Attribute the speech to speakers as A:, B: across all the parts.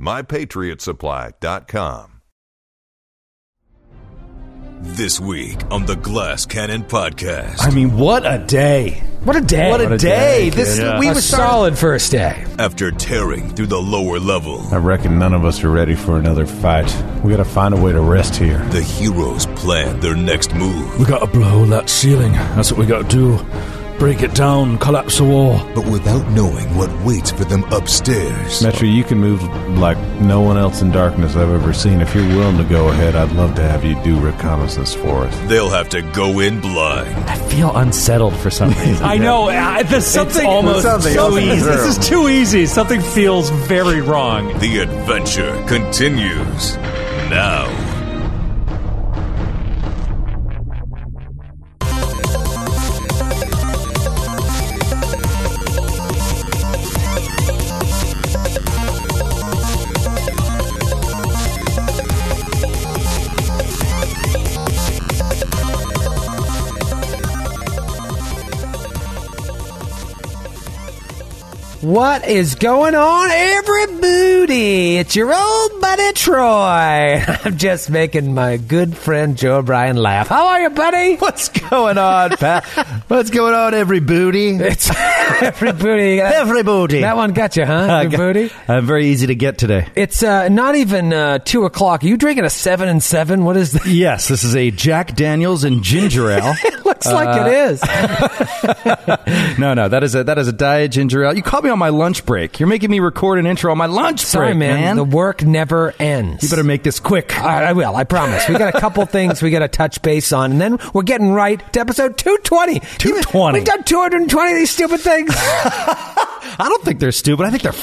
A: mypatriotsupply.com.
B: This week on the Glass Cannon Podcast,
C: I mean, what a day!
D: What a day!
C: What a, day! This
E: Yeah.
C: we
D: A
C: were solid.
D: solid first day.
B: after tearing through the lower level,
E: I reckon none of us are ready for another fight. We gotta find a way to rest here.
B: the heroes plan their next move.
F: We gotta blow that ceiling. That's what we gotta do. Break it down, collapse the wall.
B: But without knowing what waits for them upstairs,
E: Metro, you can move like no one else in darkness I've ever seen. If you're willing to go ahead, I'd love to have you do reconnaissance for us.
B: they'll have to go in blind.
G: I feel unsettled for some reason.
H: I know. I, there's something almost so easy. This is too easy. Something feels very wrong.
B: The adventure continues now.
D: What is going on, everybody? It's your old buddy Troy. I'm just making my good friend Joe Bryan laugh. How are you, buddy?
G: What's going on, Pat? What's going on, every booty?
D: It's everybody.
G: Every booty.
D: That one got you, huh? Your booty.
G: I'm uh, very easy to get today.
D: It's uh, not even uh, two o'clock. Are you drinking a seven and seven? What is that?
G: Yes, this is a Jack Daniels and ginger ale.
D: Looks
G: Uh,
D: like it is.
G: no, no, that is a that is a diet ginger ale. You caught me on my lunch break. You're making me record an intro on my lunch
D: Sorry,
G: break,
D: man.
G: man.
D: The work never ends.
G: you better make this quick.
D: All right, I will. I promise. We got a couple things we got to touch base on, and then we're getting right to episode 220.
G: 220.
D: We've done 220 of these stupid things.
G: I don't think they're stupid. I think they're
D: ah,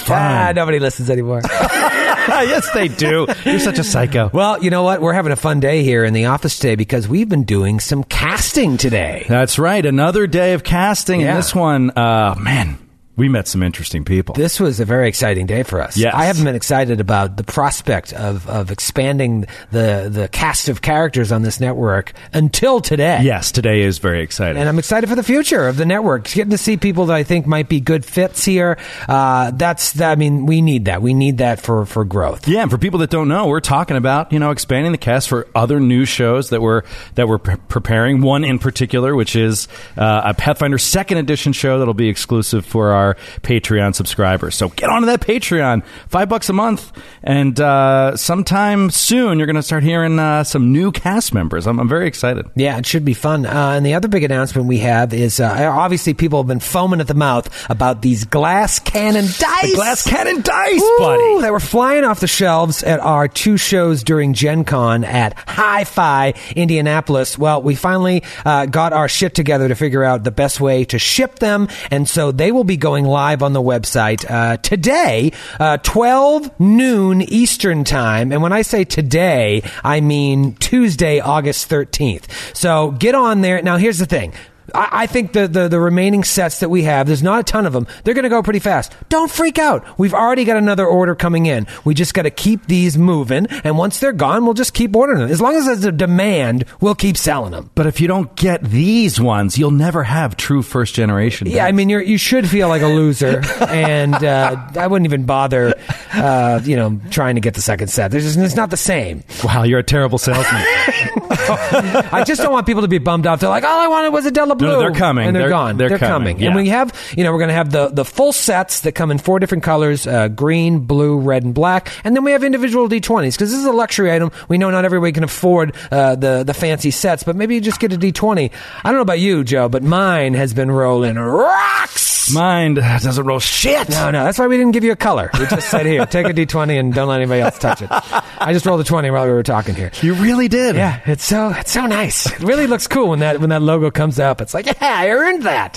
G: fun.
D: nobody listens anymore.
G: yes, they do. You're such a psycho.
D: well, you know what? We're having a fun day here in the office today because we've been doing some casting today.
G: That's right. Another day of casting,
D: Yeah.
G: and this one, uh, man, we met some interesting people.
D: This was a very exciting day for us.
G: Yes.
D: I haven't been excited about the prospect of, of expanding the, the cast of characters on this network until today.
G: yes, today is very exciting.
D: And I'm excited for the future of the network. Getting to see people that I think might be good fits here. Uh, that's, I mean, we need that. We need that for, for growth.
G: yeah, and for people that don't know, we're talking about you know expanding the cast for other new shows that we're that we're pre- preparing. One in particular, which is uh, a Pathfinder Second Edition show that'll be exclusive for our Patreon subscribers. So get onto that Patreon, five bucks a month, and uh, sometime soon you're going to start hearing uh, some new cast members. I'm, I'm very excited.
D: Yeah, it should be fun. Uh, and the other big announcement we have is uh, obviously people have been foaming at the mouth about these glass cannon dice.
G: The glass cannon dice,
D: Ooh,
G: buddy.
D: They were flying off the shelves at our two shows during Gen Con at Hi Fi Indianapolis. Well, we finally uh, got our shit together to figure out the best way to ship them. And so they will be going live on the website uh, today, uh, 12 noon Eastern Time. And when I say today, I mean Tuesday, August 13th. So get on there. Now, here's the thing. I, I think the, the, the remaining sets that we have, there's not a ton of them. They're going to go pretty fast. Don't freak out. We've already got another order coming in. We just got to keep these moving. And once they're gone, we'll just keep ordering them. As long as there's a demand, we'll keep selling them.
G: But if you don't get these ones, you'll never have true first generation.
D: Yeah, I mean, you're, you should feel like a loser, and uh, I wouldn't even bother, uh, you know, trying to get the second set. There's just, it's not the same.
G: wow, you're a terrible salesman.
D: I just don't want people to be bummed out. They're like, all I wanted was a Della
G: no, they're coming.
D: and they're,
G: They're-
D: gone.
G: they're
D: coming,
G: coming,
D: and
G: yeah.
D: we have you know we're going to have the the full sets that come in four different colors: uh, green, blue, red, and black. And then we have individual D20s because this is a luxury item. We know not everybody can afford uh, the the fancy sets, but maybe you just get a D20. I don't know about you, Joe, but mine has been rolling rocks.
G: Mind doesn't roll shit.
D: no, no, that's why we didn't give you a color. We just said here, take a D20 and don't let anybody else touch it. I just rolled a 20 while we were talking here.
G: You really did.
D: Yeah, it's so it's so nice. It really looks cool when that when that logo comes up. It's like, yeah, I earned that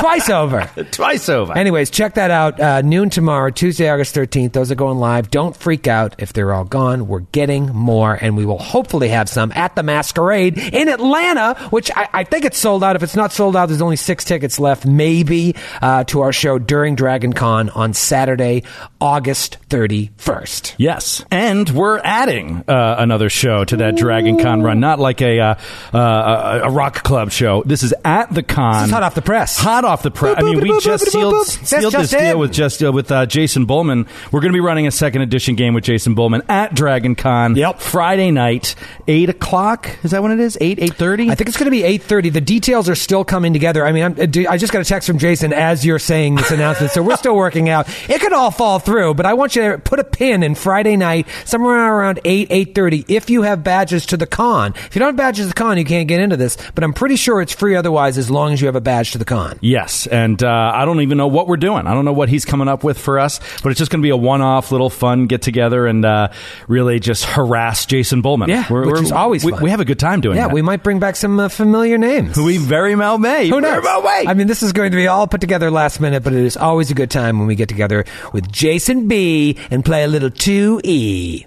D: twice over.
G: Twice over.
D: Anyways, check that out. Uh, noon tomorrow, Tuesday, August thirteenth. Those are going live. Don't freak out if they're all gone. We're getting more, and we will hopefully have some at the masquerade in Atlanta, which I, I think it's sold out. If it's not sold out, there's only six tickets left, maybe, uh, to our show during Dragon Con on Saturday, August thirty first.
G: Yes, and we're adding uh, another show to that Dragon Con run. Not like a, uh, uh, a a rock club show. This is at the con.
D: This is hot off the press.
G: Hot off the press. I mean, we just sealed, sealed
D: just
G: this deal
D: in.
G: with just uh, with uh, Jason Bowman. We're going to be running a second edition game with Jason Bowman at Dragon Con.
D: Yep.
G: Friday night, eight o'clock. Is that when it is? Eight eight thirty.
D: I think it's going to be eight thirty. The details are still coming together. I mean, I'm, uh, do- I just got a text from Jason as you're saying this announcement, so we're still working out. It could all fall through, but I want you to put a pin in Friday night, somewhere around eight eight thirty. If you have badges to the con, if you don't have badges to the con, you can't get into this. But I'm pretty sure it's free otherwise, as long as you have a badge to the con.
G: Yes, and uh, I don't even know what we're doing. I don't know what he's coming up with for us, but it's just going to be a one-off little fun get together and uh, really just harass Jason Bowman.
D: Yeah, which is always
G: we,
D: fun.
G: we have a good time doing.
D: Yeah,
G: that.
D: we might bring back some uh, familiar names.
G: we very well may.
D: Who knows?
G: Very well may.
D: I mean, this is going to be all put together last minute, but it is always a good time when we get together with Jason B and play a little E.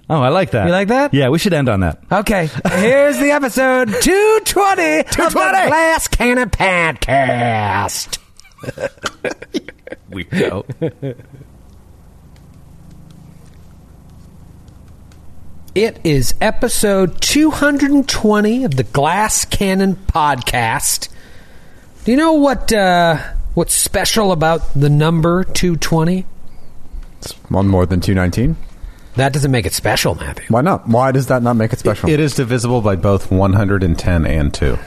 D: 2E.
G: oh, I like that.
D: You like that?
G: Yeah, we should end on that.
D: Okay, here's the episode 220 of the
G: 220.
D: Glass Cannon Podcast.
G: We go.
D: It is episode 220 of the Glass Cannon Podcast. Do you know what uh, what's special about the number 220?
I: One more than 219?
D: That doesn't make it special, Matthew.
I: Why not? Why does that not make it special?
E: It is divisible by both 110 and 2.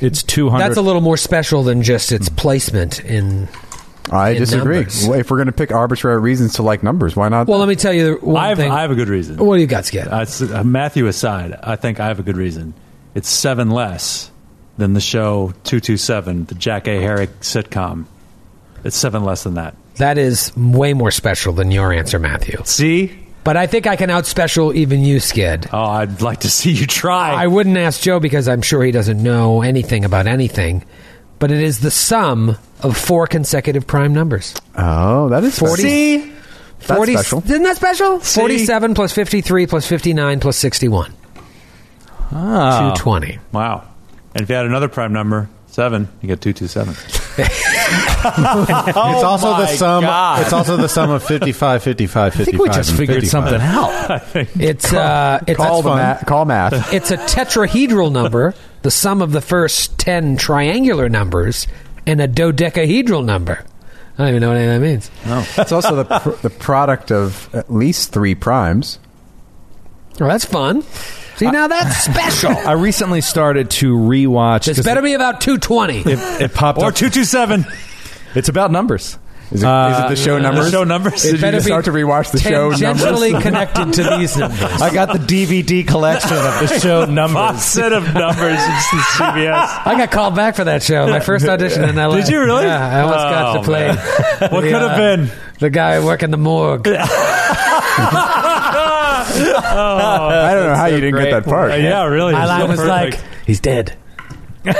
G: it's two hundred. Hmm.
D: That's a little more special than just its placement in.
I: I
D: in
I: disagree.
D: numbers.
I: Well, if we're going to pick arbitrary reasons to like numbers, why not?
D: Well, let me tell you the one
H: I have,
D: thing.
H: I have a good reason.
D: what do you got, Skip?
H: Uh, s- uh, Matthew aside, I think I have a good reason. It's seven less than the show 227, the Jack A. Herrick sitcom. It's seven less than that.
D: that is way more special than your answer, Matthew.
H: See?
D: But I think I can outspecial even you, Skid.
H: Oh, I'd like to see you try.
D: I wouldn't ask Joe because I'm sure he doesn't know anything about anything. But it is the sum of four consecutive prime numbers.
I: oh, that is
D: 40.
I: special.
D: See?
I: That's special.
D: Isn't that special? 47 plus 53 plus 59 plus 61.
H: Uh,
D: 220.
H: Ah. wow. And if you had another prime number, seven, you get 227.
G: Oh
E: it's also the
H: my
E: sum.
H: God.
E: It's also the sum of 55, 55, 55.
G: I think we just
E: and
G: figured
E: 55.
G: something out.
D: It's uh it's
I: Call, the
D: it's-
I: ma- call math.
D: it's a tetrahedral number, the sum of the first 10 triangular numbers and a dodecahedral number. I don't even know what any of that means.
I: it's also the, pr- the product of at least three primes.
D: Well, that's fun. See, now that's special.
G: I recently started to rewatch.
D: This
G: 'cause
D: better be about 220.
G: It, it popped
H: Or
G: up.
H: 227.
G: It's about numbers. Uh,
I: Is it, is it the show numbers?
H: The show numbers.
I: Did you just start to rewatch the show numbers?
D: tangentially connected to these numbers.
G: I got the DVD collection of the show numbers.
H: set of numbers. It's the CBS.
D: I got called back for that show, my first audition in LA.
H: Did you really?
D: Yeah, I almost got
H: Oh,
D: to play.
H: man. What
D: the,
H: could have
D: uh,
H: been?
D: The guy working the morgue.
I: I don't know how you didn't get that part.
H: Yeah, really.
D: My
H: it's
D: line
H: so
D: was
H: perfect.
D: like, he's dead.
H: Yeah,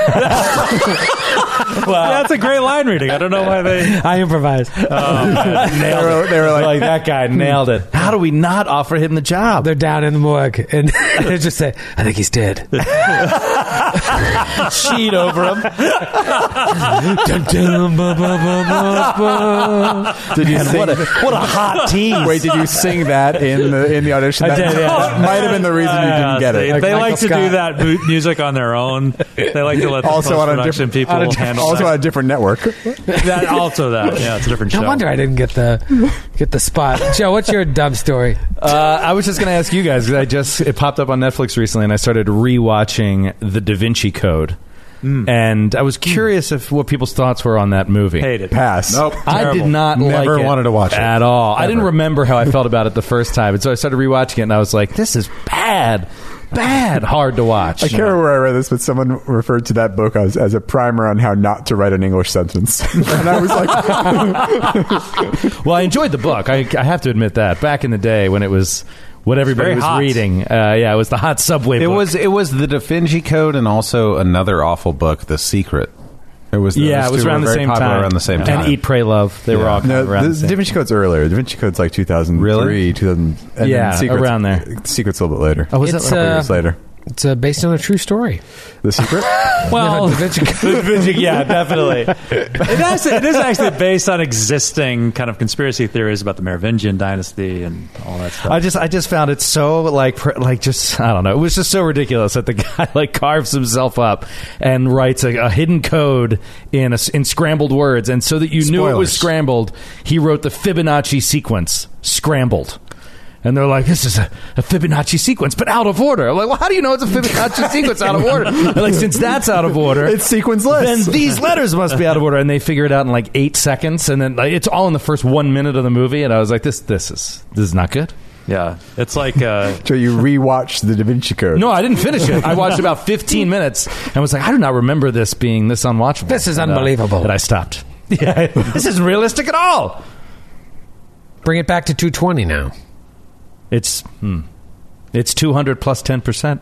H: that's a great line reading. I don't know why they.
D: I improvised.
I: They were, they were like,
G: like that guy
H: Hmm.
G: nailed it. How do we not offer him the job?
D: They're down in the morgue, and they just say, I think he's dead.
G: cheat over him.
D: Dun, dun, ba, ba, ba, ba, ba.
I: did you sing?
G: What a, what a hot tease.
I: Wait, did you sing that in the in the audition?
G: I
I: That
G: did, yeah.
I: that might have been the reason you
H: Yeah,
I: didn't get
H: They,
I: it.
H: they
D: Michael
H: like to do
D: Scott.
H: that mu- music on their own. They like to let the
I: Also on a
H: post-production
I: different
H: people
I: on a diff-
H: handle
I: also on a
H: that.
I: different network.
H: that. Also that. Yeah, it's a different
D: No
H: show.
D: wonder I didn't get the get the spot. Joe, what's your dumb story?
G: Uh, I was just going to ask you guys 'cause I just it popped up on Netflix recently, and I started rewatching The Da Vinci Code. and I was curious if what people's thoughts were on that movie.
H: Hate it.
I: Pass.
E: Nope.
G: I did
E: Terrible.
G: not
E: Never
G: like it
E: wanted to watch it.
G: at all. I didn't remember how I felt about it the first time, and so I started rewatching it, and I was like, "This is bad, bad, hard to watch."
I: I can't remember where I read this, but someone referred to that book as, as a primer on how not to write an English sentence. and I was like,
G: Well, I enjoyed the book. I, I have to admit that back in the day when it was what everybody
H: very
G: was
H: hot.
G: reading, uh, yeah, it was the hot subway.
E: It
G: book.
E: was it was the Da Vinci Code and also another awful book, The Secret. It was
G: yeah,
E: those
G: it was
E: two
G: around
E: were
G: the
E: very
G: same
E: popular
G: time.
E: around the same time.
G: And E Eat, Pray, Love. They were all kind
I: no,
G: of around the
I: this,
G: same.
I: Da Vinci Code's earlier. Da Vinci Code's like 2003,
E: Really?
I: 2000. And then
G: Yeah,
I: Secret's-
G: around there.
I: Secret's a little bit later.
G: Oh, was it
D: It's,
G: like a
I: Couple
D: uh,
I: years later.
D: It's uh, based on a true story.
I: The Secret?
H: Well,
G: yeah, definitely.
H: it, is, it is actually based on existing kind of conspiracy theories about the Merovingian dynasty and all that stuff.
G: I just, I just found it so like, pr- like just, I don't know. It was just so ridiculous that the guy like carves himself up and writes a, a hidden code in a s in scrambled words, and so that you knew it
E: Spoilers.
G: was scrambled, he wrote the Fibonacci sequence scrambled. And they're like, this is a, a Fibonacci sequence, but out of order. I'm like, well, how do you know it's a Fibonacci sequence out of order? They're like, since that's out of order,
I: It's sequenceless.
G: Then these letters must be out of order, and they figure it out in like eight seconds, and then like, it's all in the first one minute of the movie. And I was like, this, this is, this is not good.
H: yeah, it's like uh,
I: so you rewatch the Da Vinci Code.
G: No, I didn't finish it. I watched about 15 minutes and was like, I do not remember this being this unwatchable.
D: This is
G: And, uh,
D: unbelievable.
G: and I stopped. Yeah, this isn't realistic at all.
D: Bring it back to 220 now.
G: It's hmm, it's 200 plus 10 percent.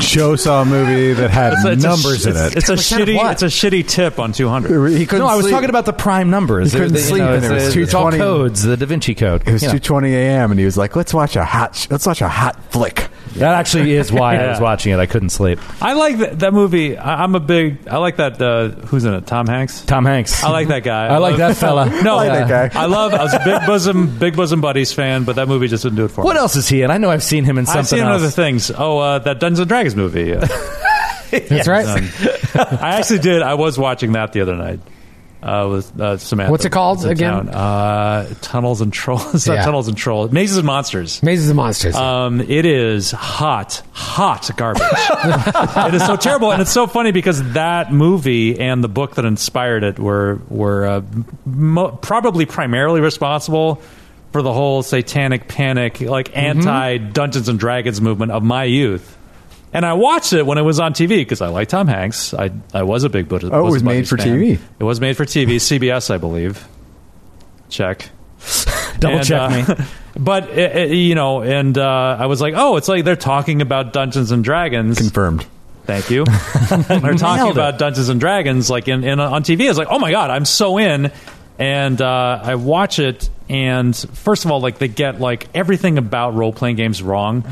E: Joe saw a movie that had
H: it's a
E: numbers
H: sh-
E: in it.
H: It's, it's a
D: 10% of
H: shitty,
D: what?
H: it's a shitty tip on two hundred.
I: He couldn't
G: No, I was
I: sleep.
G: talking about the prime numbers.
I: You couldn't
G: They're- they-
I: sleep
G: know,
I: and
G: it's,
I: it was
G: it's all
I: 220.
G: codes. The Da Vinci Code.
I: It was
G: You know.
I: 2:20 a.m. and he was like, "Let's watch a hot, sh- let's watch a hot flick."
G: that actually is why I was
H: Yeah.
G: watching it. I couldn't sleep.
H: I like that, that movie. I, I'm a big. I like that. Uh, who's in it? Tom Hanks.
G: Tom Hanks.
H: I like that guy.
G: I like that fella.
H: No,
I: I like that guy.
H: I love. I was a big bosom, big bosom buddies fan, but that movie just didn't do it for
G: What
H: me.
G: else is he in? I know I've seen him in something
H: I've seen
G: else.
H: other things. Oh, uh, that Dungeons and Dragons movie. Uh,
D: That's right.
H: um, I actually did. I was watching that the other night uh, with uh, Samantha.
D: What's it called
H: was in town.
D: again?
H: Uh, Tunnels and Trolls. It's not
D: Yeah.
H: Tunnels and Trolls. Mazes and Monsters.
D: Mazes and Monsters.
H: Um, it is hot, hot garbage. it is so terrible, and it's so funny because that movie and the book that inspired it were were uh, mo- probably primarily responsible for the whole satanic panic, like
I: Mm-hmm.
H: anti Dungeons and Dragons movement of my youth. And I watched it when it was on TV because I like Tom Hanks. I I was a big Buddha.
I: Oh, it was made for TV.
H: It was made for TV, CBS, I believe. Check.
G: Double
H: And,
G: check
H: uh,
G: me.
H: But it, it- you know, and uh, I was like, oh, it's like they're talking about Dungeons and Dragons.
I: Confirmed.
H: Thank you. they're talking about Dungeons and Dragons like in, in on TV. It's like, oh my god, I'm so in. And uh, I watch it, and first of all, like they get like everything about role playing games wrong.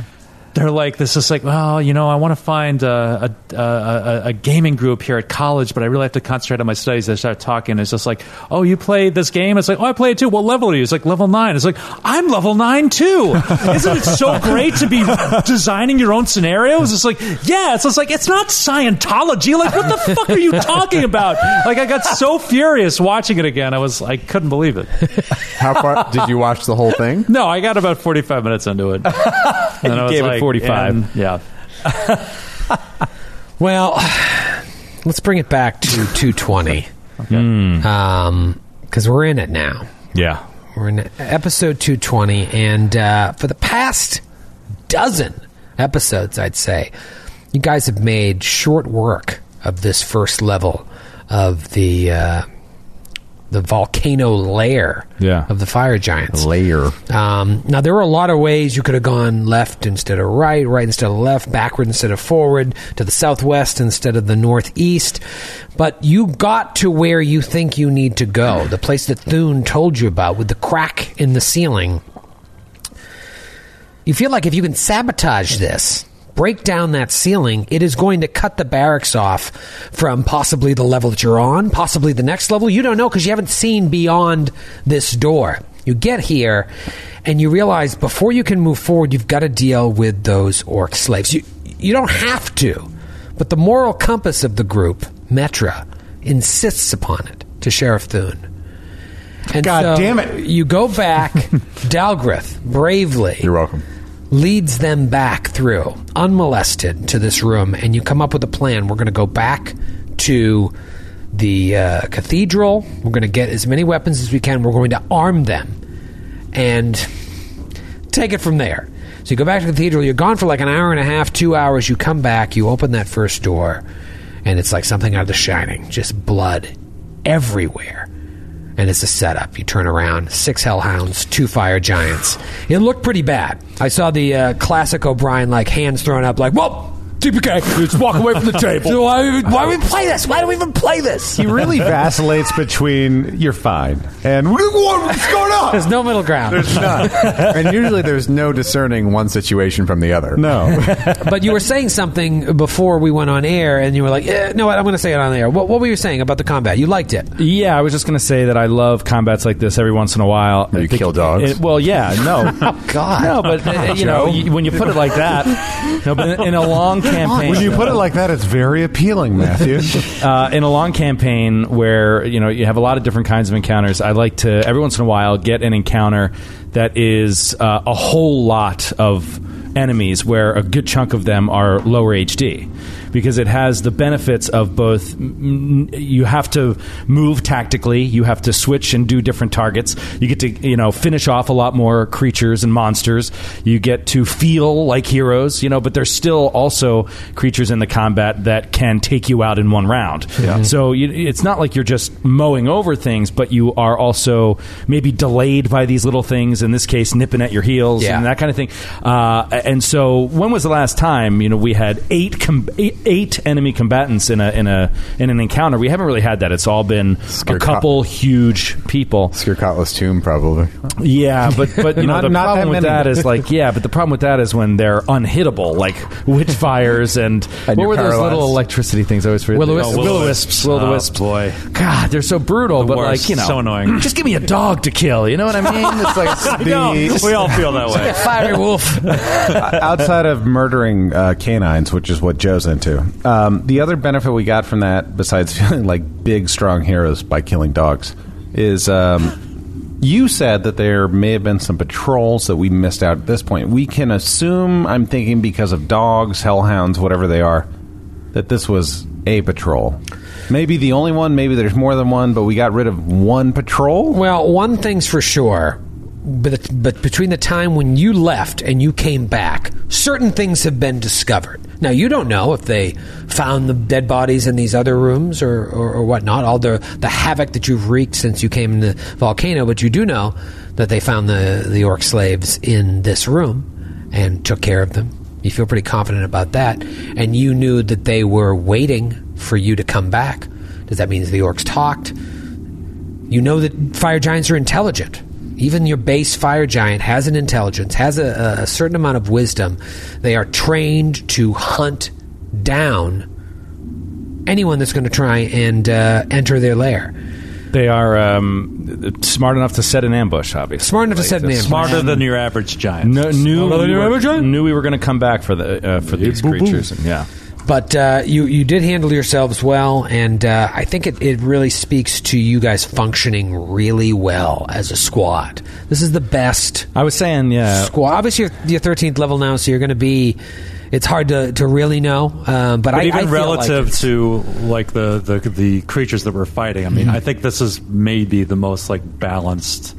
H: They're like this is like, well, you know, I want to find uh, a, a, a a gaming group here at college, but I really have to concentrate on my studies. They start talking. It's just like, oh, you play this game? It's like, oh, I play it too. What level are you? It's like level nine. It's like I'm level nine too. Isn't it so great to be designing your own scenarios? It's like, yeah. It's just like it's not Scientology. Like, what the fuck are you talking about? Like, I got so furious watching it again. I was, I couldn't believe it.
I: How far did you watch the whole thing?
H: No, I got about forty five minutes into it. And then I was
G: gave it 45.
H: and- Yeah.
D: well, let's bring it back to 220. Um, because we're in it now.
G: yeah.
D: We're in episode 220, and uh, for the past dozen episodes, I'd say, you guys have made short work of this first level of the uh, the volcano lair
G: Yeah.
D: of the fire giants. Lair. Um, now, there were a lot of ways you could have gone left instead of right, right instead of left, backward instead of forward, to the southwest instead of the northeast. But you got to where you think you need to go, the place that Thune told you about with the crack in the ceiling. You feel like if you can sabotage this, break down that ceiling, it is going to cut the barracks off from possibly the level that you're on, possibly the next level. You don't know because you haven't seen beyond this door. You get here and you realize before you can move forward, you've got to deal with those orc slaves. You, you don't have to, but the moral compass of the group, Metra, insists upon it to Sheriff Thune. And
E: God
D: so
E: damn it.
D: You go back, Dalgrith bravely
I: You're welcome.
D: leads them back through unmolested to this room and you come up with a plan we're going to go back to the uh, cathedral. We're going to get as many weapons as we can. We're going to arm them and take it from there. So you go back to the cathedral. You're gone for like an hour and a half, two hours. You come back. You open that first door, and it's like something out of The Shining. Just blood everywhere. And it's a setup. You turn around, six hellhounds, two fire giants. It looked pretty bad. I saw the uh, classic O'Brien, like hands thrown up, like, whoa, TPK, just walk away from the table. Uh, Why, why do we play this? Why do we even play this?
E: He really vacillates between "you're fine" and "what's going on."
D: There's no middle ground.
E: There's none.
I: and usually there's no discerning one situation from the other.
E: No,
D: but you were saying something before we went on air, and you were like, eh, no, I'm going to say it on air. What, what were you saying about the combat? You liked it.
G: Yeah, I was just going to say that I love combats like this every once in a while.
I: you
G: I think-
I: kill dogs?
G: it- well, yeah, no. oh,
D: God.
G: No, but, uh, you know, you, when you put it like that, no, but in, in a long campaign.
E: when you put it like that, it's very appealing, Matthew.
G: uh, in a long campaign where you know you have a lot of different kinds of encounters, I like to every once in a while get an encounter that is uh, a whole lot of enemies, where a good chunk of them are lower HD, because it has the benefits of both. mm, You have to move tactically, you have to switch and do different targets. You get to you know finish off a lot more creatures and monsters. You get to feel like heroes, you know, but there's still also creatures in the combat that can take you out in one round. So you, it's not like you're just mowing over things, but you are also maybe delayed by these little things. In this case, nipping at your heels
D: Yeah.
G: and that kind of thing. Uh, and so, when was the last time you know we had eight com- eight, eight enemy combatants in a in a in an encounter? We haven't really had that. It's all been a
I: Scare cop.
G: couple huge people.
I: Skirkotla's tomb, probably.
G: Yeah, but but you know,
E: Not-
G: the
E: not
G: problem
E: that
G: with
E: many.
G: that is like yeah, but the problem with that is when they're unhittable, like witch fires and,
I: And
G: what
I: you're
G: were those
I: paralyzed.
G: little electricity things? I always forget.
D: Will-o-wisps.
G: Oh, Will-o-wisps. Will-o-wisps.
F: Oh, boy.
G: God, they're so brutal, but
H: worst.
G: like you know,
H: So annoying.
G: Just give me a dog to kill. You know what I mean? It's like
H: we all feel that way.
D: Fiery wolf.
E: outside of murdering uh, canines, which is what Joe's into, um, the other benefit we got from that, besides feeling like big, strong heroes by killing dogs, is um, you said that there may have been some patrols that we missed out at this point. We can assume, I'm thinking because of dogs, hellhounds, whatever they are, that this was a patrol. Maybe the only one, maybe there's more than one, but we got rid of one patrol.
D: Well, one thing's for sure. But, but between the time when you left and you came back, certain things have been discovered. Now, you don't know if they found the dead bodies in these other rooms or, or, or whatnot, all the, the havoc that you've wreaked since you came in the volcano, but you do know that they found the, the orc slaves in this room and took care of them. You feel pretty confident about that. And you knew that they were waiting for you to come back. Does that mean the orcs talked? You know that fire giants are intelligent. Even your base fire giant has an intelligence, has a, a certain amount of wisdom. They are trained to hunt down anyone that's going to try and uh, enter their lair.
G: they are um, smart enough to set an ambush. Obviously,
D: Smart enough to set an ambush.
H: Smarter than your average giant.
E: Uh,
G: No, knew,
H: Smarter than
G: we
H: your average
G: were,
H: giant.
G: knew we were going to come back for the uh, for these creatures. And, yeah.
D: But uh, you you did handle yourselves well, and uh, I think it, it really speaks to you guys functioning really well as a squad. This is the best
G: I was saying, yeah,
D: squad. Obviously, you're, you're 13th level now, so you're going to be. It's hard to, to really know, um, but,
H: But
D: I, I
H: even
D: feel like
H: relative
D: it's-
H: to like the, the the creatures that we're fighting, I mean, I think this is maybe the most like balanced.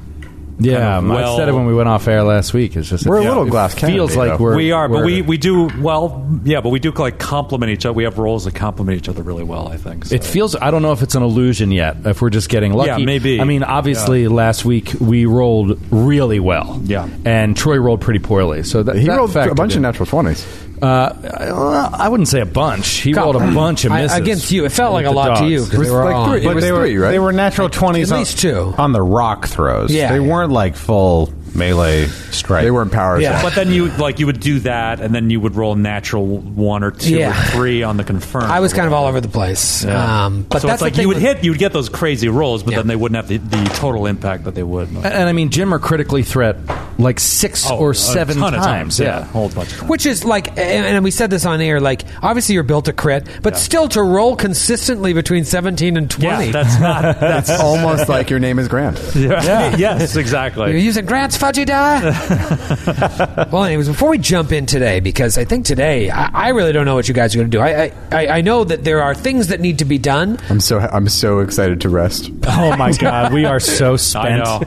G: yeah.
H: kind of well-
G: I said it when we went off air last week. It's just
I: We're a
G: it
I: little glass cannon,
G: Feels
I: though.
G: like we're
H: we are, but we,
G: we're-
H: we do well. Yeah, but we do like complement each other. We have roles that complement each other really well. I think. So.
G: It feels. I don't know if it's an illusion yet. If we're just getting lucky,
H: Yeah, maybe.
G: I mean, obviously, last week we rolled really well.
H: Yeah.
G: and Troy rolled pretty poorly. So that
I: He
G: that
I: rolled a
G: factored
I: bunch
G: in.
I: of natural 20s.
G: Uh, I wouldn't say a bunch. He rolled a bunch of
D: I-
G: misses
D: against you. It felt like
G: with
D: a
G: the
D: lot to
G: dogs.
D: you because they were all
I: three.
D: on.
I: It was
E: they
I: three,
E: were
I: right?
E: they were natural twenties,
D: At least
E: on,
D: two.
E: on the rock throws.
D: Yeah.
E: they weren't like full melee strike.
I: They weren't power
D: Yeah.
I: attack.
H: But then you like you would do that, and then you would roll natural one or two
D: Yeah.
H: or three on the confirmed.
D: I was kind of all over the place. Um, but
H: so it's
D: that's the
H: like
D: thing
H: you would
D: with-
H: hit, you would get those crazy rolls, but
D: Yeah.
H: then they wouldn't have the, the total impact that they would.
G: And I mean, Jim are critically threat like six
H: Oh,
G: or
H: a
G: seven
H: ton of
G: times.
H: yeah,
G: Yeah.
H: whole bunch. Of times.
D: Which is like, and, and we said this on air. Like, obviously you're built to crit, but still to roll consistently between 17 and 20.
H: Yeah, that's not. That's
I: It's almost like your name is Grant.
H: yeah. yes, exactly.
D: you're using Grant's fudgy da? well, anyways, before we jump in today, because I think today I, I really don't know what you guys are going to do. I, I- I I know that there are things that need to be done.
I: I'm so I'm so excited to rest.
G: Oh my god, we are so spent,
H: know.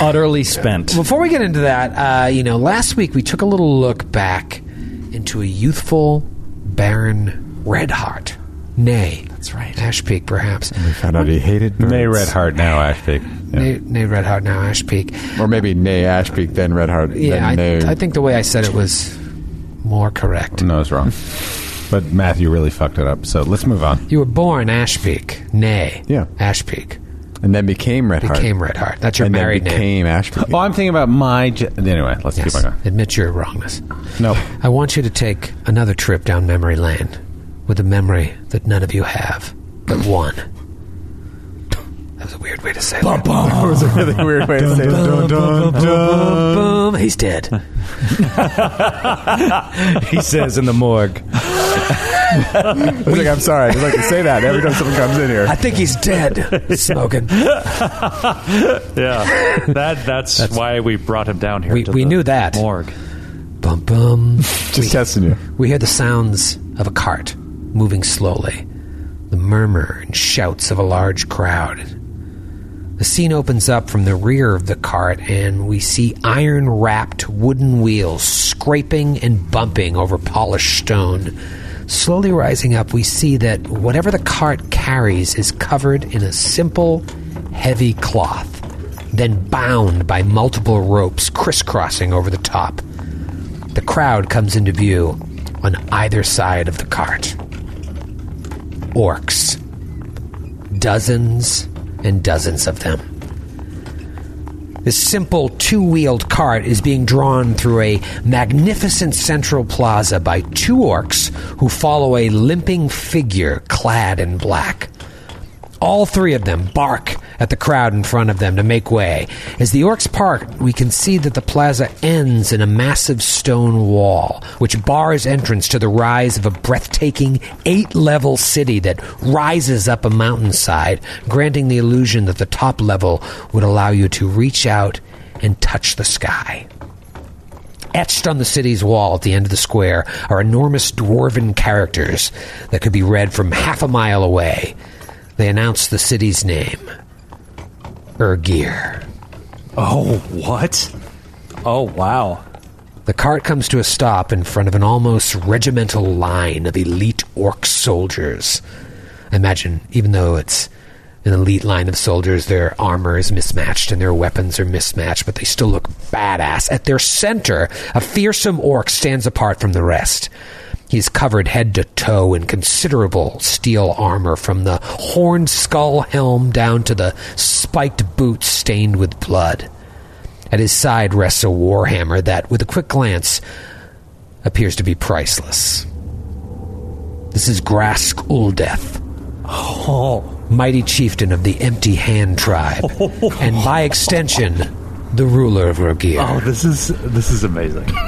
G: utterly spent.
D: Before we get into that, uh, you know, last week we took a little look back into a youthful Baron Redheart. Nay, that's right, Ashpeak, perhaps.
I: Found out he hated birds.
E: Nay, Red Heart now, actually. Yeah.
D: Nay, nay Redheart now, Ashpeak.
I: or maybe Nay Ashpeak, then Red Heart.
D: Yeah, I,
I: then nay.
D: I think the way I said it was more
I: Mm.
D: correct.
E: No, it's wrong. But Matthew really fucked it up. So let's move on.
D: You were born Ashpeak, nay,
I: Yeah.
D: Ashpeak.
I: and then became Red Heart.
D: Became Red Heart. That's your
I: and
D: married
I: then
D: name.
I: became Ashpeak.
E: Oh, I'm thinking about my. Ge- anyway, let's
D: Yes.
E: keep on going.
D: Admit your wrongness.
E: No,
D: I want you to take another trip down memory lane with a memory that none of you have, but one. That was a weird way to say that.
I: That was a really weird way to say it.
D: Boom, he's dead.
G: He says in the morgue.
I: I was like, I'm sorry. I just like to say that every time someone comes in
D: I
I: here.
D: think he's dead. Smoking.
H: Yeah, that that's, why we brought him down here.
D: We-
H: to
D: we
H: the
D: knew that.
H: morgue.
D: Bum bum.
I: Just testing you.
D: We hear the sounds of a cart moving slowly, the murmur and shouts of a large crowd. The scene opens up from the rear of the cart, and we see iron wrapped wooden wheels scraping and bumping over polished stone. Slowly rising up, we see that whatever the cart carries is covered in a simple, heavy cloth, then bound by multiple ropes crisscrossing over the top. The crowd comes into view on either side of the cart. Orcs. Dozens and dozens of them. This simple two wheeled cart is being drawn through a magnificent central plaza by two orcs who follow a limping figure clad in black. All three of them bark at the crowd in front of them to make way. As the orcs park, we can see that the plaza ends in a massive stone wall, which bars entrance to the rise of a breathtaking eight level city that rises up a mountainside, granting the illusion that the top level would allow you to reach out and touch the sky. Etched on the city's wall at the end of the square are enormous dwarven characters that could be read from half a mile away. They announce the city's name Ergir.
H: Oh what? Oh wow.
D: The cart comes to a stop in front of an almost regimental line of elite orc soldiers. I imagine, even though it's an elite line of soldiers, their armor is mismatched and their weapons are mismatched, but they still look badass. At their center, a fearsome orc stands apart from the rest. He's covered head to toe in considerable steel armor, from the horned skull helm down to the spiked boots stained with blood. At his side rests a warhammer that, with a quick glance, appears to be priceless. This is Grask Uldeth.
H: Oh.
D: Mighty chieftain of the Empty Hand tribe, and by extension, the ruler of Rogir.
H: Oh, this is this is amazing.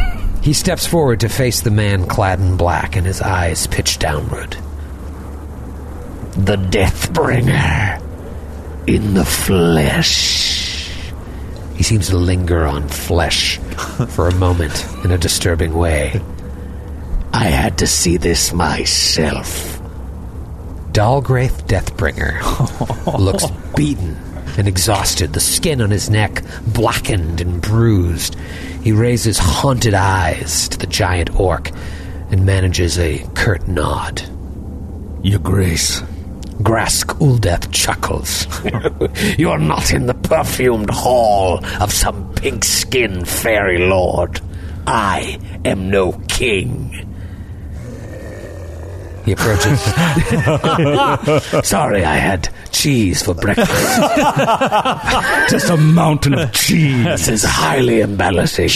D: He steps forward to face the man clad in black, and his eyes pitch downward. The Deathbringer in the flesh. He seems to linger on flesh for a moment in a disturbing way. I had to see this myself. Dalgraith Deathbringer looks beaten and exhausted, the skin on his neck blackened and bruised. He raises haunted eyes to the giant orc and manages a curt nod.
F: Your Grace.
D: Grask Uldeth chuckles. You're not in the perfumed hall of some pink skinned fairy lord. I am no king. He approaches. Sorry, I had cheese for breakfast.
F: Just a mountain of cheese.
D: This is highly embarrassing.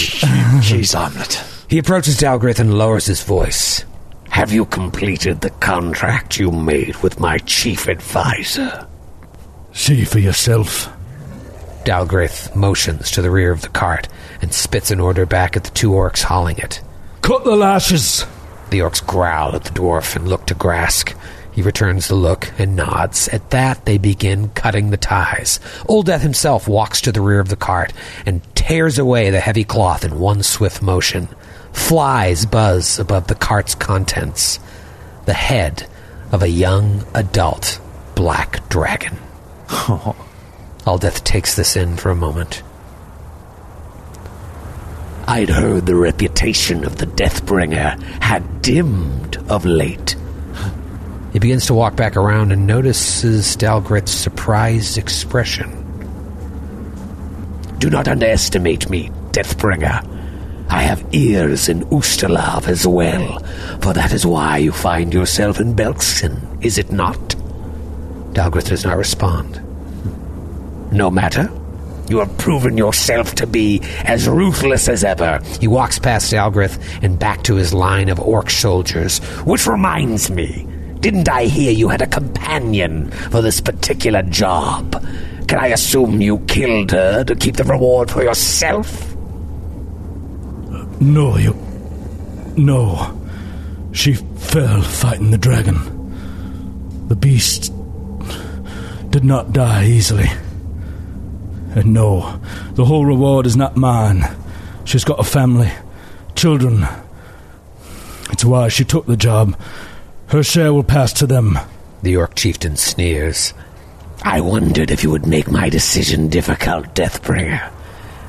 H: Cheese omelet.
D: He approaches Dalgrith and lowers his voice. Have you completed the contract you made with my chief advisor?
F: See for yourself.
D: Dalgrith motions to the rear of the cart and spits an order back at the two orcs hauling it.
F: Cut the lashes.
D: The orcs growl at the dwarf and look to Grask. He returns the look and nods. At that, they begin cutting the ties. Old Death himself walks to the rear of the cart and tears away the heavy cloth in one swift motion. Flies buzz above the cart's contents. The head of a young adult black dragon. Aldeth takes this in for a moment.
J: I'd heard the reputation of the Deathbringer had dimmed of late.
D: He begins to walk back around and notices Dalgrit's surprised expression.
J: Do not underestimate me, Deathbringer. I have ears in Ustalav as well, for that is why you find yourself in Belkson, is it not?
D: Dalgrith does not respond.
J: No matter. You have proven yourself to be as ruthless as ever.
D: He walks past Dalgrith and back to his line of orc soldiers.
J: Which reminds me, didn't I hear you had a companion for this particular job? Can I assume you killed her to keep the reward for yourself?
K: No, you. No. She fell fighting the dragon. The beast did not die easily. And no, the whole reward is not mine. She's got a family, children. It's why she took the job. Her share will pass to them.
D: The orc chieftain sneers.
J: I wondered if you would make my decision difficult, Deathbringer.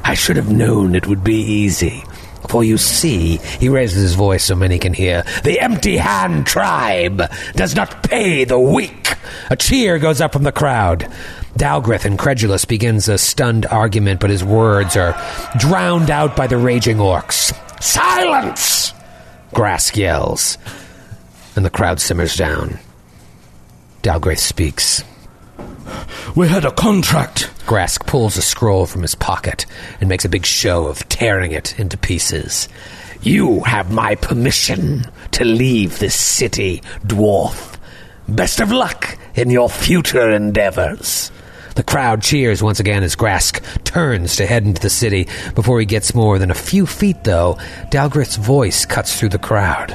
J: I should have known it would be easy.
D: For you see, he raises his voice so many can hear.
J: The empty hand tribe does not pay the weak.
D: A cheer goes up from the crowd. Dalgrith, incredulous, begins a stunned argument, but his words are drowned out by the raging orcs.
J: Silence!
D: Grask yells, and the crowd simmers down. Dalgrith speaks.
K: We had a contract.
D: Grask pulls a scroll from his pocket and makes a big show of tearing it into pieces.
J: You have my permission to leave this city, dwarf. Best of luck in your future endeavors.
D: The crowd cheers once again as Grask turns to head into the city. Before he gets more than a few feet, though, Dalgrith's voice cuts through the crowd.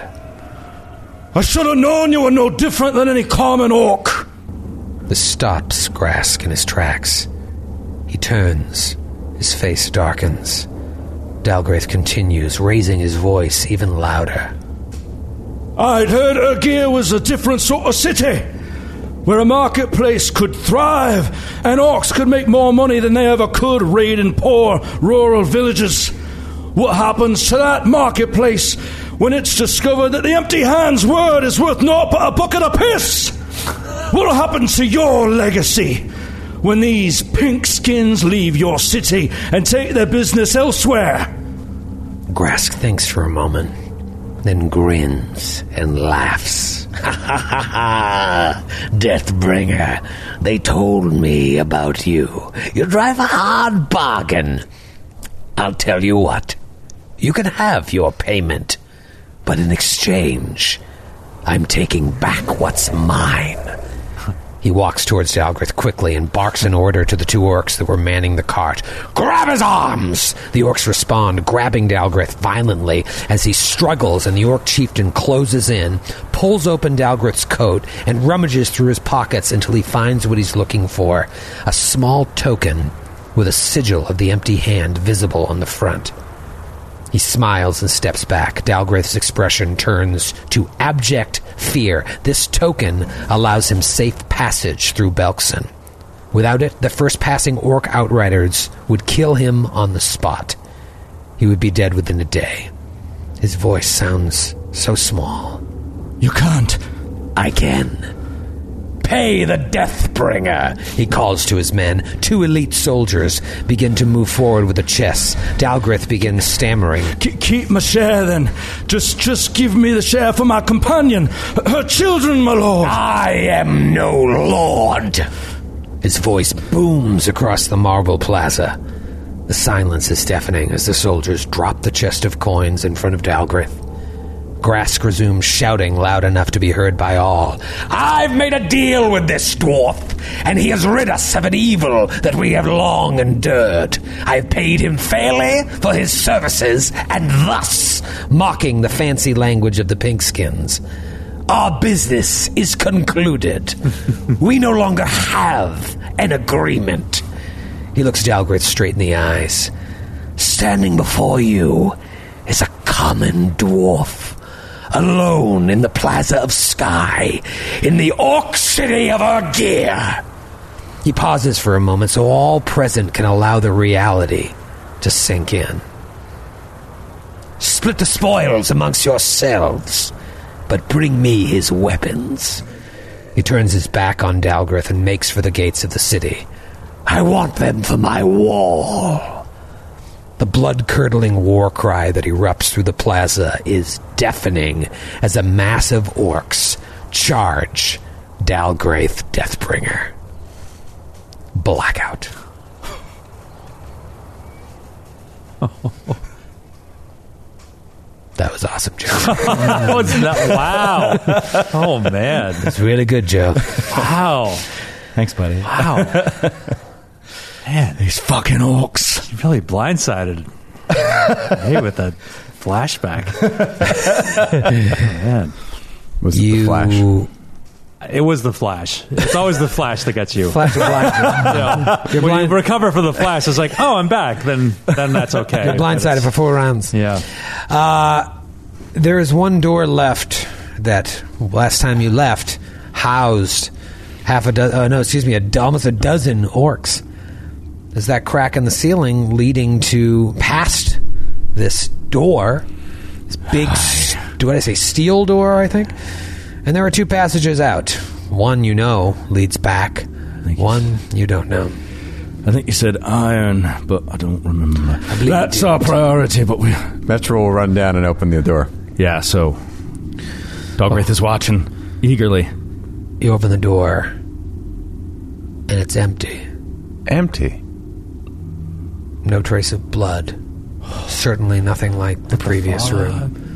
K: I should have known you were no different than any common orc.
D: This stops Grask in his tracks. He turns. His face darkens. Dalgrith continues, raising his voice even louder.
K: I'd heard Ergir was a different sort of city, where a marketplace could thrive and orcs could make more money than they ever could raiding poor rural villages. What happens to that marketplace when it's discovered that the empty hand's word is worth naught but a bucket of piss? What'll happen to your legacy when these pink skins leave your city and take their business elsewhere?
D: Grask thinks for a moment, then grins and laughs.
J: Ha ha ha ha! Deathbringer, they told me about you. You drive a hard bargain. I'll tell you what. You can have your payment, but in exchange, I'm taking back what's mine.
D: He walks towards Dalgrith quickly and barks an order to the two orcs that were manning the cart. Grab his arms! The orcs respond, grabbing Dalgrith violently as he struggles, and the orc chieftain closes in, pulls open Dalgrith's coat, and rummages through his pockets until he finds what he's looking for a small token with a sigil of the empty hand visible on the front. He smiles and steps back. Dalgrith's expression turns to abject fear. This token allows him safe passage through Belkson. Without it, the first passing orc outriders would kill him on the spot. He would be dead within a day. His voice sounds so small.
K: You can't.
J: I can. Pay the Deathbringer.
D: He calls to his men. Two elite soldiers begin to move forward with the chess. Dalgrith begins stammering.
K: K- keep my share then. Just, just give me the share for my companion, her children, my lord.
J: I am no lord.
D: His voice booms across the marble plaza. The silence is deafening as the soldiers drop the chest of coins in front of Dalgrith. Grask resumes shouting loud enough to be heard by all.
J: I've made a deal with this dwarf, and he has rid us of an evil that we have long endured. I've paid him fairly for his services, and thus
D: mocking the fancy language of the Pinkskins.
J: Our business is concluded. we no longer have an agreement. He looks Dalgrith straight in the eyes. Standing before you is a common dwarf, alone in the plaza of Sky, in the Orc City of Argeir. He pauses for a moment so all present can allow the reality to sink in. Split the spoils amongst yourselves, but bring me his weapons. He turns his back on Dalgrith and makes for the gates of the city. I want them for my wall. The blood curdling war cry that erupts through the plaza is deafening as a mass of orcs charge Dalgraith Deathbringer. Blackout. That was awesome, Joe.
H: What's that? Wow. Oh man.
J: It's really good, Joe.
H: Wow.
G: Thanks, buddy.
H: Wow. Man,
J: these fucking orcs.
H: You really blindsided me with that flashback. man.
I: Was it the Flash?
H: It was the flash. It's always the flash that gets you.
D: Flash of black.
H: Yeah.
D: You're
H: when
D: blind-
H: you recover from the flash, it's like, oh, I'm back. Then, then that's okay.
D: You're blindsided for four rounds. Uh,
H: Yeah.
D: There is one door left that last time you left housed half a dozen. Oh no, excuse me, a, do- almost a dozen orcs. There's that crack in the ceiling leading to past this door. This big, s- do what I say, steel door, I think. And there are two passages out. One you know leads back. One you don't know.
G: I think you said iron, but I don't remember.
D: you
G: That's
D: did.
G: our priority, but we.
I: Metro will run down and open the door.
G: Yeah, so. Dogwraith is watching eagerly.
D: You open the door, and it's empty.
E: Empty.
D: No trace of blood. Certainly nothing like the previous room. Um,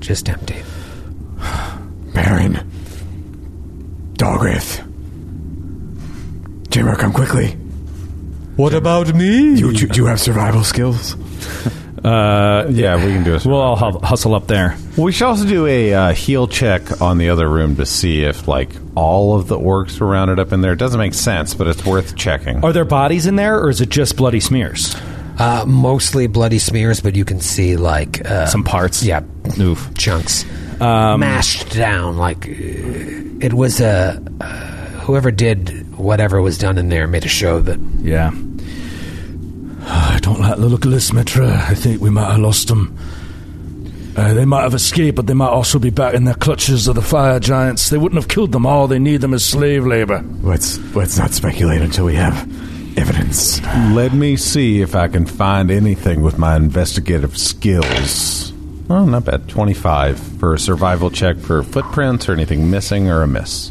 D: just empty.
I: Baron. Dogrith. Jimmer, come quickly.
G: What about me?
I: Do you, do you have survival skills?
G: Uh,
E: Yeah, we can do it.
G: we'll all hu- hustle up there.
E: We should also do a uh, heal check on the other room to see if like all of the orcs were rounded up in there. It doesn't make sense, but it's worth checking.
G: Are there bodies in there, or is it just bloody smears?
D: Uh, mostly bloody smears, but you can see like uh,
G: Some parts.
D: yeah
G: Oof.
D: chunks mashed down. Like uh, it was a uh, whoever did whatever was done in there made a show of it.
G: Yeah.
F: Ah, I don't like the look of this, Mitra. I think we might have lost them. Uh, they might have escaped, but they might also be back in the clutches of the fire giants. They wouldn't have killed them all. They need them as slave labor.
I: Let's let's not speculate until we have evidence.
E: Let me see if I can find anything with my investigative skills. Oh, not bad. 25 for a survival check for footprints or anything missing or amiss.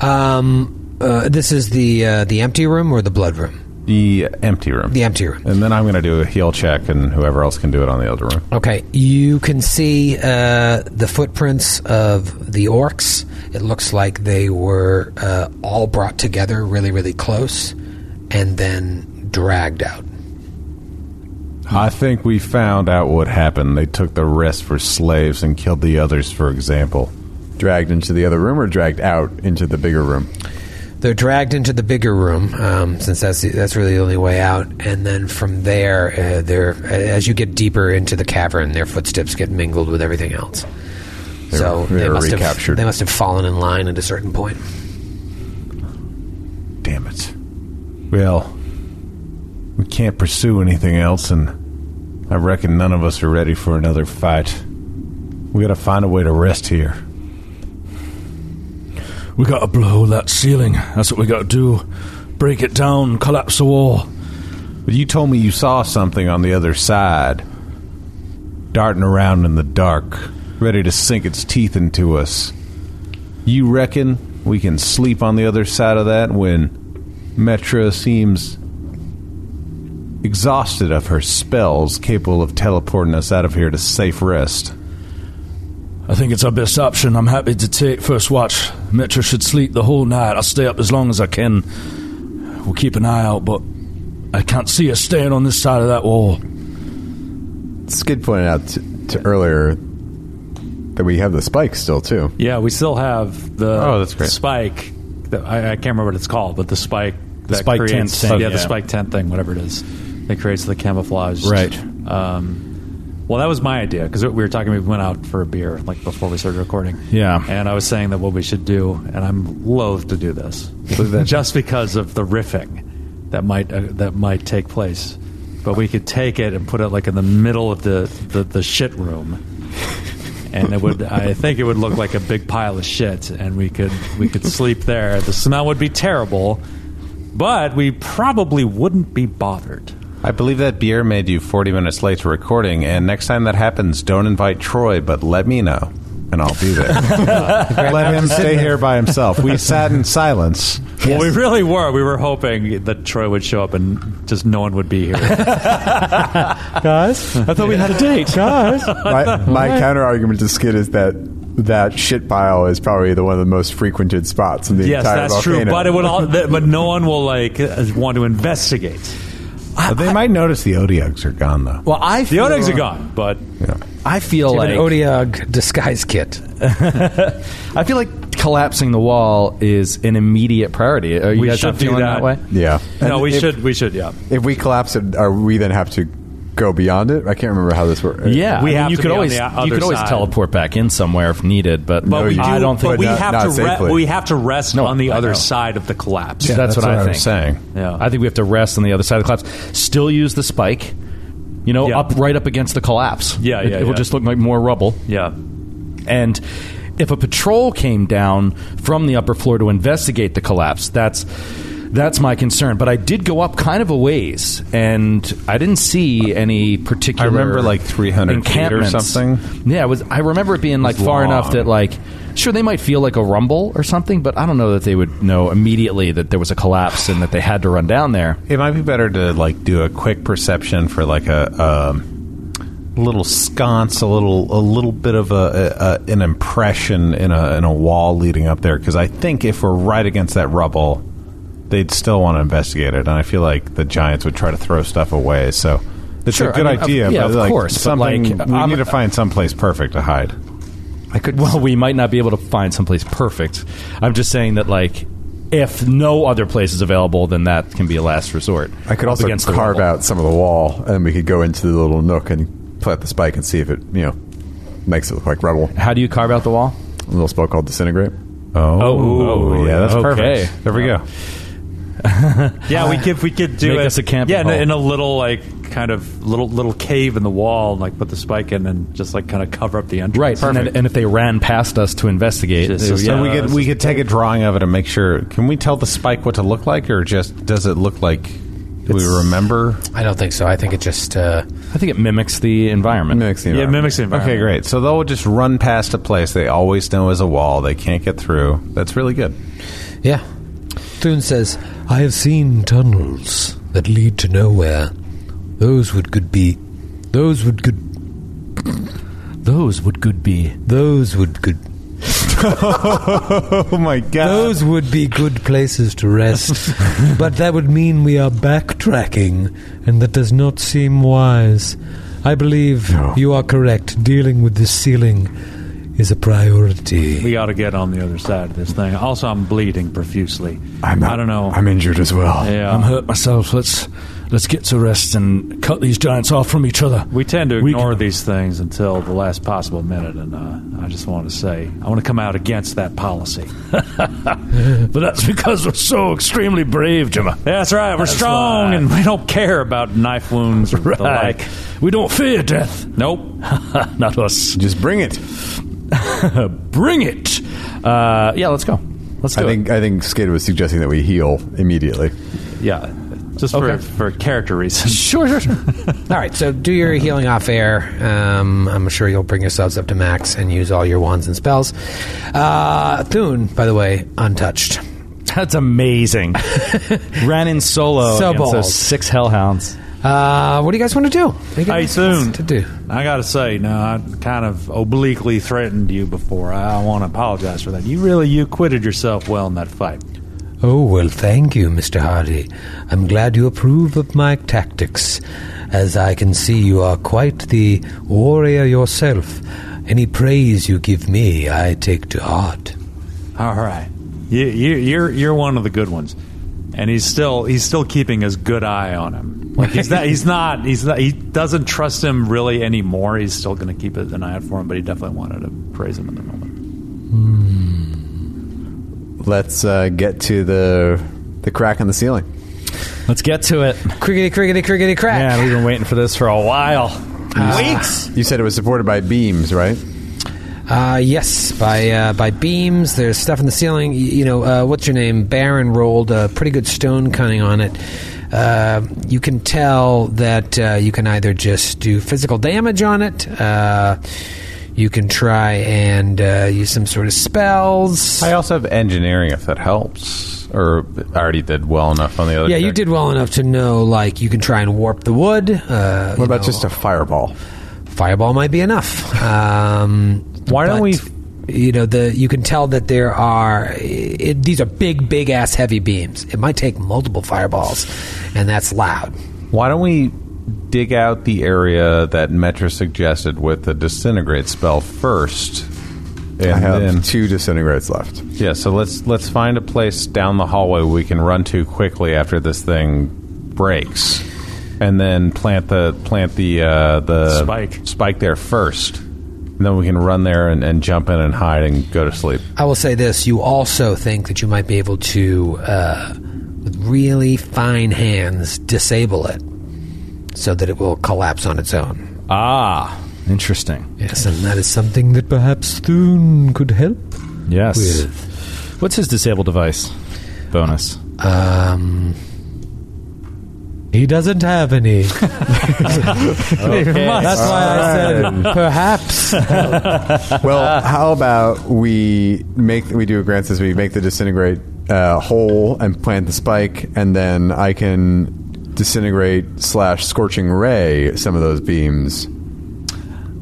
D: Um, uh, this is the uh, the empty room or the blood room?
E: The empty room.
D: The empty room.
E: And then I'm going to do a heal check, and whoever else can do it on the other room.
D: Okay, you can see uh, the footprints of the orcs. It looks like they were uh, all brought together really, really close and then dragged out.
E: I think we found out what happened. They took the rest for slaves and killed the others, for example.
I: Dragged into the other room or dragged out into the bigger room?
D: They're dragged into the bigger room, um, since that's the, that's really the only way out. And then from there, uh, they're, as you get deeper into the cavern, their footsteps get mingled with everything else. so
I: they
D: they
I: were
D: must have
I: recaptured.
D: they must have fallen in line at a certain point.
E: Damn it. Well, we can't pursue anything else, and I reckon none of us are ready for another fight. We gotta find a way to rest here.
F: We gotta blow that ceiling. That's what we gotta do. Break it down, collapse the wall.
E: But you told me you saw something on the other side, darting around in the dark, ready to sink its teeth into us. You reckon we can sleep on the other side of that when Metra seems exhausted of her spells, capable of teleporting us out of here to safe rest?
F: I think it's our best option. I'm happy to take first watch. Mitra should sleep the whole night. I'll stay up as long as I can. We'll keep an eye out, but I can't see us staying on this side of that wall.
I: Skid pointed out t- to earlier that we have the spike still too.
H: Yeah, we still have the
I: Oh, that's great.
H: spike. that- I, I can't remember what it's called, but the spike
G: The
H: that
G: spike tent
H: creates,
G: thing,
H: yeah, the
G: yeah.
H: spike tent thing, whatever it is, that creates the camouflage.
G: Right.
H: Um, well, that was my idea because we were talking. We went out for a beer like before we started recording.
G: Yeah.
H: and I was saying that what we should do, and I'm loath to do this, just because of the riffing that might uh, that might take place. But we could take it and put it like in the middle of the the, the shit room, and it would I think it would look like a big pile of shit, and we could we could sleep there. The smell would be terrible, but we probably wouldn't be bothered.
E: I believe that beer made you 40 minutes late to recording, and next time that happens, don't invite Troy, but let me know, and I'll be there. let him stay here by himself. We sat in silence.
H: Well, we really were. We were hoping that Troy would show up and just no one would be here.
K: guys. I thought we had a date, guys.
I: My, my counter argument to Skid is that that shit pile is probably the one of the most frequented spots in the
H: yes,
I: entire
H: that's
I: volcano.
H: true. But it would all. th- But no one will like uh, want to investigate.
E: they might notice the Odiogs are gone, though.
G: Well, I
H: The Onegs are gone, but
G: I feel
D: Do you
G: like
D: have an Odiog disguise kit.
G: I feel like collapsing the wall is an immediate priority. Are you
H: We
G: guys
H: should
G: not
H: do
G: feeling that.
H: that.
G: way?
I: Yeah.
H: no,
I: And
H: we
I: if,
H: should. We should. Yeah,
I: If we collapse it, are we then have to go beyond it? I can't remember how this works.
G: Yeah,
H: We
G: I mean,
H: have
G: you
H: to
G: could
H: be on
G: always
H: the o-
G: you
H: other
G: could always
H: side.
G: teleport back in somewhere if needed, but,
H: but we do.
G: I don't think
H: but we
I: not-
H: have
I: not
H: to. Re-
I: safely.
H: we have to rest
G: No,
H: on the
G: I
H: other
G: know.
H: side of the collapse.
G: that's, what, I
E: am
G: think.
E: saying.
H: Yeah.
G: I think we have to rest on the other side of the collapse. Still use the spike, you know,
H: Yeah.
G: up right up against the collapse.
H: Yeah,
G: it,
H: yeah,
G: it will
H: yeah.
G: just look like more rubble.
H: Yeah.
G: And if a patrol came down from the upper floor to investigate the collapse, that's that's my concern. But I did go up kind of a ways, and I didn't see any particular.
E: I remember, like, 300 feet or
G: encampments.
E: something.
G: Yeah, it was. I remember it being like
E: was
G: far enough
E: long.
G: that like. Sure, they might feel like a rumble or something, but I don't know that they would know immediately that there was a collapse and that they had to run down there.
E: It might be better to like do a quick perception for like a, a little sconce, a little a little bit of a, a, a an impression in a in a wall leading up there. Because I think if we're right against that rubble, they'd still want to investigate it, and I feel like the giants would try to throw stuff away. So. It's
G: Sure,
E: a good
G: I mean, of-
E: idea,
G: yeah,
E: but
G: of
E: like
G: course, but,
E: something
G: like,
E: we
G: I'm-
E: need to find someplace perfect to hide.
G: I could. Well, we might not be able to find someplace perfect. I'm just saying that, like, if no other place is available, then that can be a last resort.
I: I could
G: Up
I: also
G: against the
I: carve
G: wall.
I: out some of the wall, and we could go into the little nook and plant the spike and see if it, you know, makes it look like rubble.
G: How do you carve out the wall?
I: A little spell called disintegrate.
E: Oh, yeah, that's
G: okay.
E: perfect. There we go.
H: Yeah, we could we could do
G: Make
H: it.
G: us a camp
H: Yeah, in,
G: hole.
H: in a little like kind of little little cave in the wall, and like put the spike in, and just like kind of cover up the entrance.
G: Right, and, then, and if they ran past us to investigate,
H: Just-
G: it was-
H: Yeah,
E: and we
H: that's
E: could we could take a drawing of it and make sure. Can we tell the spike what to look like, or just does it look like we remember?
D: I don't think so. I think it just. Uh,
G: I think it mimics the environment.
I: Mimics the
H: Yeah, it
I: environment.
H: mimics the environment.
E: Okay, great. So they'll just run past a place they always know is a wall. They can't get through. That's really good.
D: yeah. Thune says, I have seen tunnels that lead to nowhere. Those would could be. Those would could.
G: Those would good be.
D: Those would could.
E: Oh my god!
D: Those would be good places to rest, but that would mean we are backtracking, and that does not seem wise. I believe you are correct. Dealing with this ceiling is a priority.
H: We got to get on the other side of this thing. Also, I'm bleeding profusely.
I: I'm
H: I don't know.
I: I'm injured as well.
H: yeah,
K: I'm hurt myself. Let's let's get to rest and cut these giants off from each other.
H: We tend to
K: We
H: ignore
K: can-
H: these things until the last possible minute, and uh, I just want to say I want to come out against that policy.
K: But that's because we're so extremely brave, Jimmer.
H: That's right. We're strong,
K: why.
H: and we don't care about knife wounds or the
K: Right.
H: like.
K: We don't fear death.
H: Nope.
K: Not us.
I: Just bring it.
K: Bring it.
G: Uh, yeah, let's go. Let's do
I: I
G: it.
I: think I think Skid was suggesting that we heal immediately.
H: Yeah, just
G: Okay.
H: for for character reasons.
G: Sure, sure, sure.
D: All right, so do your healing off air. Um, I'm sure you'll bring yourselves up to max and use all your wands and spells. Uh, Thune, by the way, untouched.
G: That's amazing. Ran in solo
D: So
G: against
D: bold.
G: those six hellhounds.
D: Uh, what do you guys want to do? What do
H: Hey,
D: you guys
H: Thune.
D: want to do?
H: I gotta say, no, I kind of obliquely threatened you before. I, I want to apologize for that. You really you quitted yourself well in that fight.
J: Oh, well, thank you, Mr. Hardy. I'm glad you approve of my tactics, as I can see you are quite the warrior yourself. Any praise you give me, I take to heart.
H: All right, you, you, you're you're one of the good ones, and he's still he's still keeping his good eye on him. Like he's not he's not he's not, he doesn't trust him really anymore. He's still going to keep an eye out for him, but he definitely wanted to praise him in the moment.
L: Let's uh, get to the the crack in the ceiling.
G: Let's get to it.
D: Crickety, crickety, crickety, crack.
G: Yeah, we've been waiting for this for a while. Ah.
D: Weeks.
L: You said it was supported by beams, right?
D: Uh, yes, by uh, by beams. There's stuff in the ceiling. Y- You know, uh, what's your name? Baron rolled a pretty good stone cunning on it. Uh, you can tell that uh, you can either just do physical damage on it. Uh, you can try and uh, use some sort of spells.
E: I also have engineering if that helps. Or I already did well enough on the other.
D: yeah, you did well enough to know. Like, you can try and warp the wood. Uh, what about just
L: a fireball?
D: Fireball might be enough. Um, Why don't we? You know, the you can tell that there are it, these are big, big ass heavy beams. It might take multiple fireballs, and that's loud.
E: Why don't we dig out the area that Metra suggested with the disintegrate spell first? And
L: I have
E: two disintegrates left. Yeah, so let's let's find a place down the hallway we can run to quickly after this thing breaks, and then plant the plant the uh, the
H: spike
E: spike there first, and then we can run there and, and jump in and hide and go to sleep.
D: I will say this: you also think that you might be able to, uh, with really fine hands, disable it so that it will collapse on its own.
G: Ah, interesting.
D: Yes, and that is something that perhaps Thune could help.
G: Yes.
D: With.
G: What's his disable device? Bonus.
D: Um. He doesn't have any.
G: Okay.
D: That's why I said perhaps.
L: well, how about we make we do a grant says we make the disintegrate uh, hole and plant the spike, and then I can disintegrate slash scorching ray some of those beams.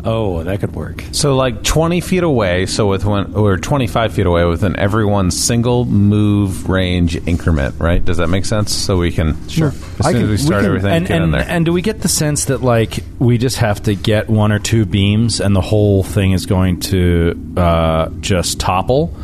H: Oh, that could work.
E: So, like twenty feet away, so with one or twenty-five feet away, within everyone's single move range increment, right? Does that make sense? So we can
G: Sure.
E: As soon as we start everything,
G: and,
E: get in
G: and-
E: there.
G: and do we get the sense that like we just have to get one or two beams and the whole thing is going to uh, just topple?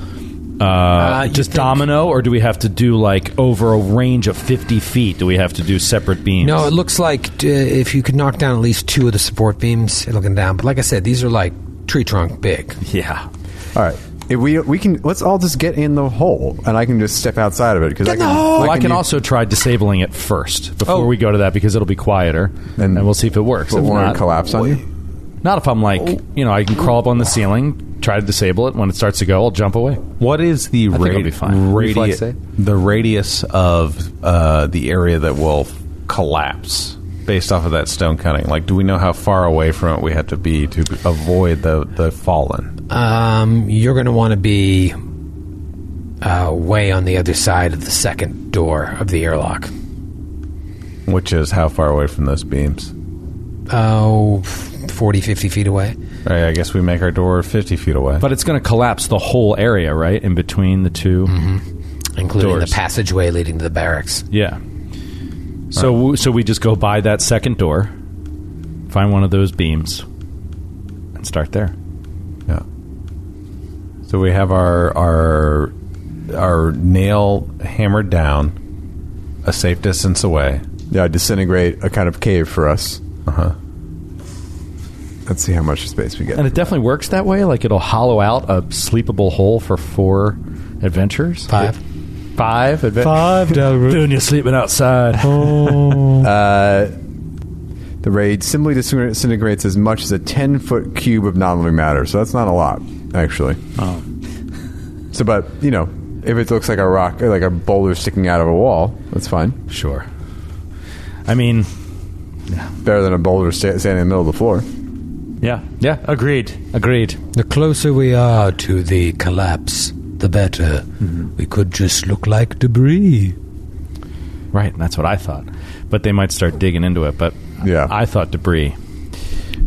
G: Uh, just domino, or do we have to do like over a range of fifty feet? Do we have to do separate beams?
D: No, it looks like uh, if you could knock down at least two of the support beams, it'll get down. But like I said, these are like tree trunk big.
G: Yeah.
L: All right. If we we can let's all just get in the hole, and I can just step outside of it because I can.
G: Well, I can
L: u-
G: also try disabling it first before we go to that because it'll be quieter, and, we'll see if it works.
L: But
G: If
L: won't it
G: not-
L: collapse on you?
G: Not if I'm like, you know, I can crawl up on the ceiling, try to disable it. When it starts to go, I'll jump away.
E: What is the
G: I think
E: ra-
G: it'll be fine.
E: radi-
G: Reflex save?
E: the radius of uh, the area that will collapse based off of that stone cutting? Like, do we know how far away from it we have to be to avoid the the fallen?
D: Um, you're going to want to be uh, way on the other side of the second door of the airlock.
E: Which is how far away from those beams?
D: Oh, f- 40, 50 feet away.
E: All right, I guess we make our door fifty feet away.
G: But it's going to collapse the whole area, right? In between the 2
D: Including
G: Doors.
D: the passageway leading to the barracks.
G: Yeah. So w so we just go by that second door, find one of those beams, and start there.
E: Yeah. So we have our our our nail hammered down, a safe distance away.
L: yeah disintegrate a kind of cave for us.
E: Uh huh.
L: Let's see how much space we get.
G: And it definitely works that way. Like it'll hollow out a sleepable hole for four adventures.
D: Five.
G: Five adventures.
K: Five down. Doing you sleeping outside. Oh.
L: Uh, the raid simply disintegrates as much as a 10 foot cube of non living matter. So that's not a lot, actually.
H: Oh.
L: So, but, you know, if it looks like a rock, or like a boulder sticking out of a wall, that's fine.
G: Sure. I mean,
L: Better than a boulder sta- standing in the middle of the floor.
H: Yeah,
G: yeah. Agreed. Agreed.
D: The closer we are to the collapse, the better. We could just look like debris.
G: Right, and that's what I thought. But they might start digging into it. But
L: Yeah.
G: I thought debris.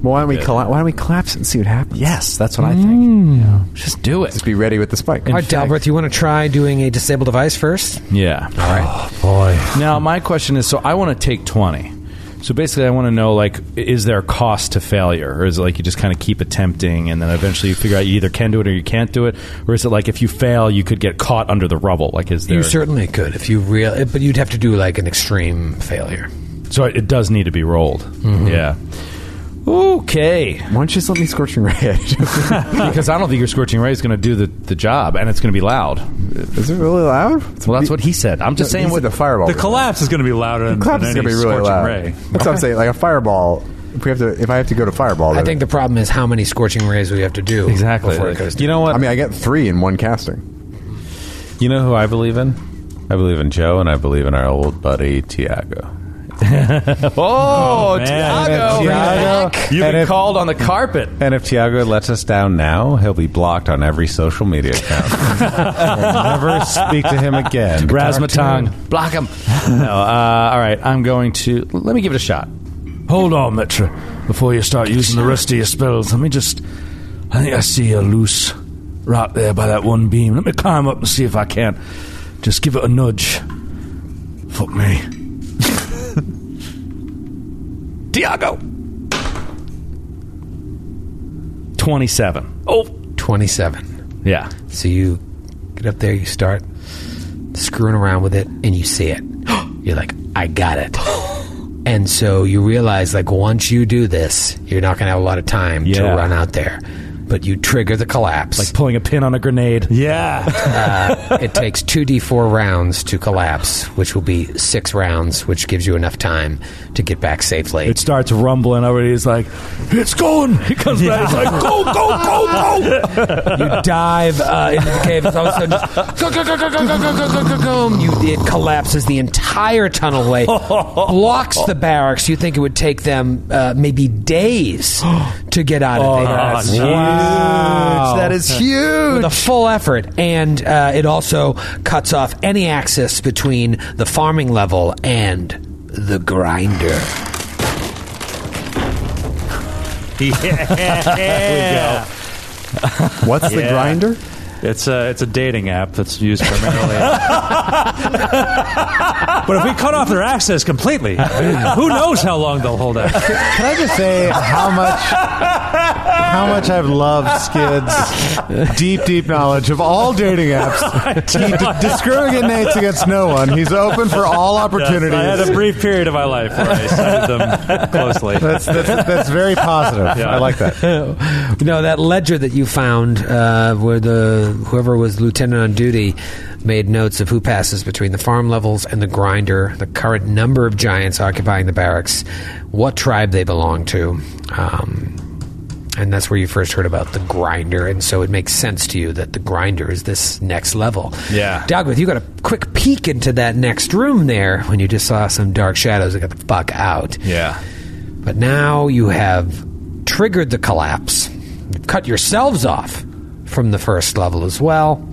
L: Well, why don't we colla- why don't we collapse it and see what happens?
G: Yes, that's what I think. Just do it.
L: Just be ready with the spike.
D: All right, Dalbert, you want to try doing a disable device first?
G: Yeah. All
D: right.
H: Oh,
G: boy. Now my question is: so I want to take twenty. So basically, I want to know like, is there a cost to failure, or is it like you just kind of keep attempting, and then eventually you figure out you either can do it or you can't do it, or is it like if you fail, you could get caught under the rubble? Like, is there?
D: You certainly could if you real, but you'd have to do like an extreme failure.
G: so it does need to be rolled. Yeah. Okay. Why
L: don't you just let me scorching ray?
G: because I don't think your scorching ray is going to do the, the job, and it's going to be loud.
L: Is it really loud?
G: Well, that's what he said. I'm just
L: No,
G: saying
L: he
G: what
L: said the fireball
H: The
L: was
H: collapse is going to be louder than,
L: Clap is
H: than
L: gonna
H: any
L: be really
H: scorching
L: loud.
H: ray.
L: That's what I'm saying. Like a fireball. If we have to, if I have to go to fireball,
D: I think the problem is how many scorching rays we have to do before it goes.
L: You know what? I mean, I get three in one casting.
E: You know who I believe in? I believe in Joe, and I believe in our old buddy Tiago.
G: Oh,
E: man.
G: Tiago,
E: Tiago.
G: you've
E: And
G: been
E: if-
G: called on the carpet.
E: And if Tiago lets us down now, he'll be blocked on every social media account. Never speak to him again.
G: Razmatang, block him. no, uh, all right, I'm going to. Let me give it a shot.
K: Hold on, Mitra. Before you start using the rest of your spells, let me just. I think I see a loose right there by that one beam. Let me climb up and see if I can't. Just give it a nudge. Fuck me.
G: Tiago. Twenty-seven.
D: Oh. 27.
G: Yeah.
D: So you get up there, you start screwing around with it, and you see it. You're like, I got it. And so you realize, like, once you do this, you're not going to have a lot of time to
G: Yeah.
D: run out there. But you trigger the collapse.
G: Like pulling a pin on a grenade. Yeah.
D: uh, it takes 2d4 rounds to collapse, which will be six rounds, which gives you enough time to get back safely.
K: It starts rumbling already. It's like, it's going. It comes back. It's like, "Oh, go, go, go, go.
D: you dive uh, into the cave. It's all of a sudden just, go, go, go, go, go, go, go, go, go, go, go. You, it collapses the entire tunnelway, blocks the barracks. You think it would take them uh, maybe days to get out of there.
G: Oh, that's huge. Wow. That is
D: huge. With a full effort. And uh, it also cuts off any access between the farming level and the grinder.
H: Yeah.
L: What's the
H: Yeah.
L: grinder?
H: It's a it's a dating app that's used primarily. but if we cut off their access completely, who knows how long they'll hold out?
E: Can I just say how much how much I've loved Skid's deep, deep knowledge of all dating apps. He d- discriminates against no one. He's open for all opportunities.
H: I had a brief period of my life where I studied them closely.
E: That's, that's, that's very positive.
H: Yeah.
E: I like that.
D: No, that ledger that you found, uh, where the whoever was lieutenant on duty made notes of who passes between the farm levels and the grinder, the current number of giants occupying the barracks, what tribe they belong to, um, and that's where you first heard about the grinder. And so it makes sense to you that the grinder is this next level.
G: Yeah.
D: Dogwith, you got a quick peek into that next room there when you just saw some dark shadows that got the fuck out.
G: Yeah.
D: But now you have triggered the collapse. You've cut yourselves off from the first level as well.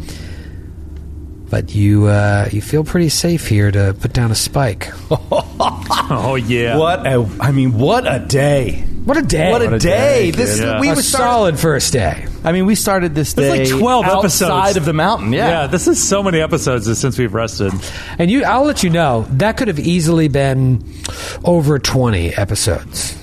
D: But you uh, you feel pretty safe here to put down a spike.
H: Oh yeah.
G: What a. I mean, what a day.
D: What a day!
G: What a, day.
H: kid.
G: This
H: Yeah.
G: we
D: a
G: were started.
D: solid first day.
G: I mean, we started this
H: It's
G: day
H: like 12
G: outside
H: episodes.
G: of the mountain. Yeah.
H: Yeah, this is so many episodes since we've rested.
D: And you, I'll let you know that could have easily been over twenty episodes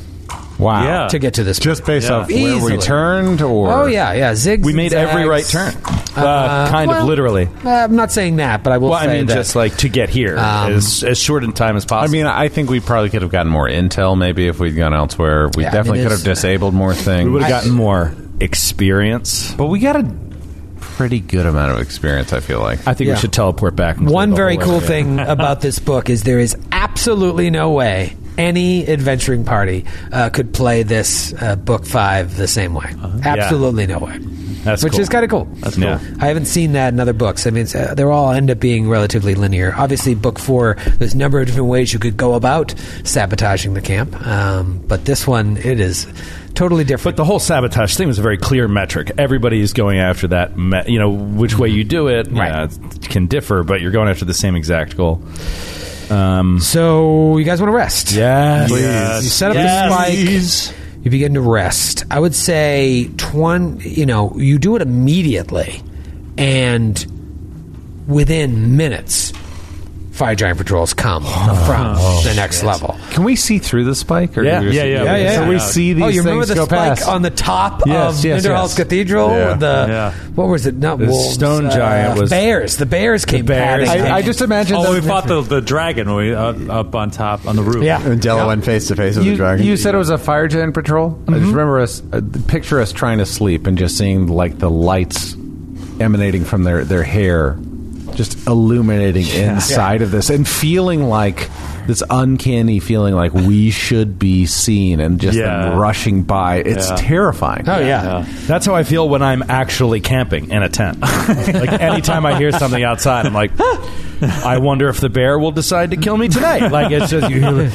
E: Wow.
H: Yeah.
D: to get to this.
E: Just based
H: Yeah.
E: off where
D: Easily.
E: we turned or
D: oh yeah, yeah. Zigs.
G: We
D: and
G: made every
D: zags.
G: right turn. Uh,
D: Uh,
G: kind
D: well,
G: of literally.
D: uh, I'm not saying that, but I will
G: Well,
D: say
G: I mean,
D: that.
G: just like to get here as, as short in time as
E: I
G: possible.
E: mean, I think we probably could have gotten more intel maybe if we'd gone elsewhere. We
D: Yeah, I
E: definitely
D: mean,
E: could
D: it's-
E: have disabled more things.
G: we would have gotten more experience.
E: But we got a pretty good amount of experience, I feel like.
G: I think
D: Yeah.
G: we should teleport back. and
D: One
G: play the
D: very
G: whole
D: cool
G: area.
D: thing about this book is there is absolutely no way any adventuring party uh, could play this uh, book five the same way. Absolutely no way.
G: That's
D: which
G: cool.
D: is kind of cool.
G: That's cool. Yeah.
D: I haven't seen that in other books. I mean, it's, uh, they're all end up being relatively linear. Obviously, book four, there's a number of different ways you could go about sabotaging the camp, um, but this one, it is totally different.
G: But the whole sabotage thing was a very clear metric. Everybody is going after that. Me- you know, which way you do it
D: Right.
G: yeah, it can differ, but you're going after the same exact goal. Um,
D: so, you guys want to rest?
G: yeah,
D: You set up the spike. You begin to rest. I would say twen. You know, you do it immediately, and within minutes, fire giant patrols come from
E: Oh,
D: the next level.
E: Can we see through the spike?
D: Yeah.
E: you're-
D: Yeah, yeah, we can
E: So
D: see
E: we
D: it.
E: see these
D: Oh, you
E: things
D: remember the
E: go
D: spike
E: past.
D: on the top
E: Yes,
D: of
E: yes,
D: Minderhall's
E: yes.
D: Cathedral?
E: Yeah.
D: with The
E: Yeah.
D: what was it? Not
E: The
D: wolves.
E: stone
D: uh,
E: giant was-
D: bears. The bears came.
E: bears.
D: padding
E: I- I
D: in.
E: just imagine
H: Oh, we fought the, the dragon when we uh, up on top on the roof.
L: And Della went face to face with
E: You,
L: the dragon.
E: you said it was a fire giant patrol. I
G: Mm-hmm.
E: just remember us uh, picture us trying to sleep and just seeing like the lights emanating from their their hair, just illuminating
L: Yeah.
E: inside of this, and feeling like this uncanny feeling like we should be seen, and just
G: Yeah.
E: them rushing by. It's
G: Yeah.
E: terrifying.
G: Oh yeah. that's how I feel when I'm actually camping in a tent. like anytime I hear something outside, I'm like, I wonder if the bear will decide to kill me tonight. Like it's just you hear like,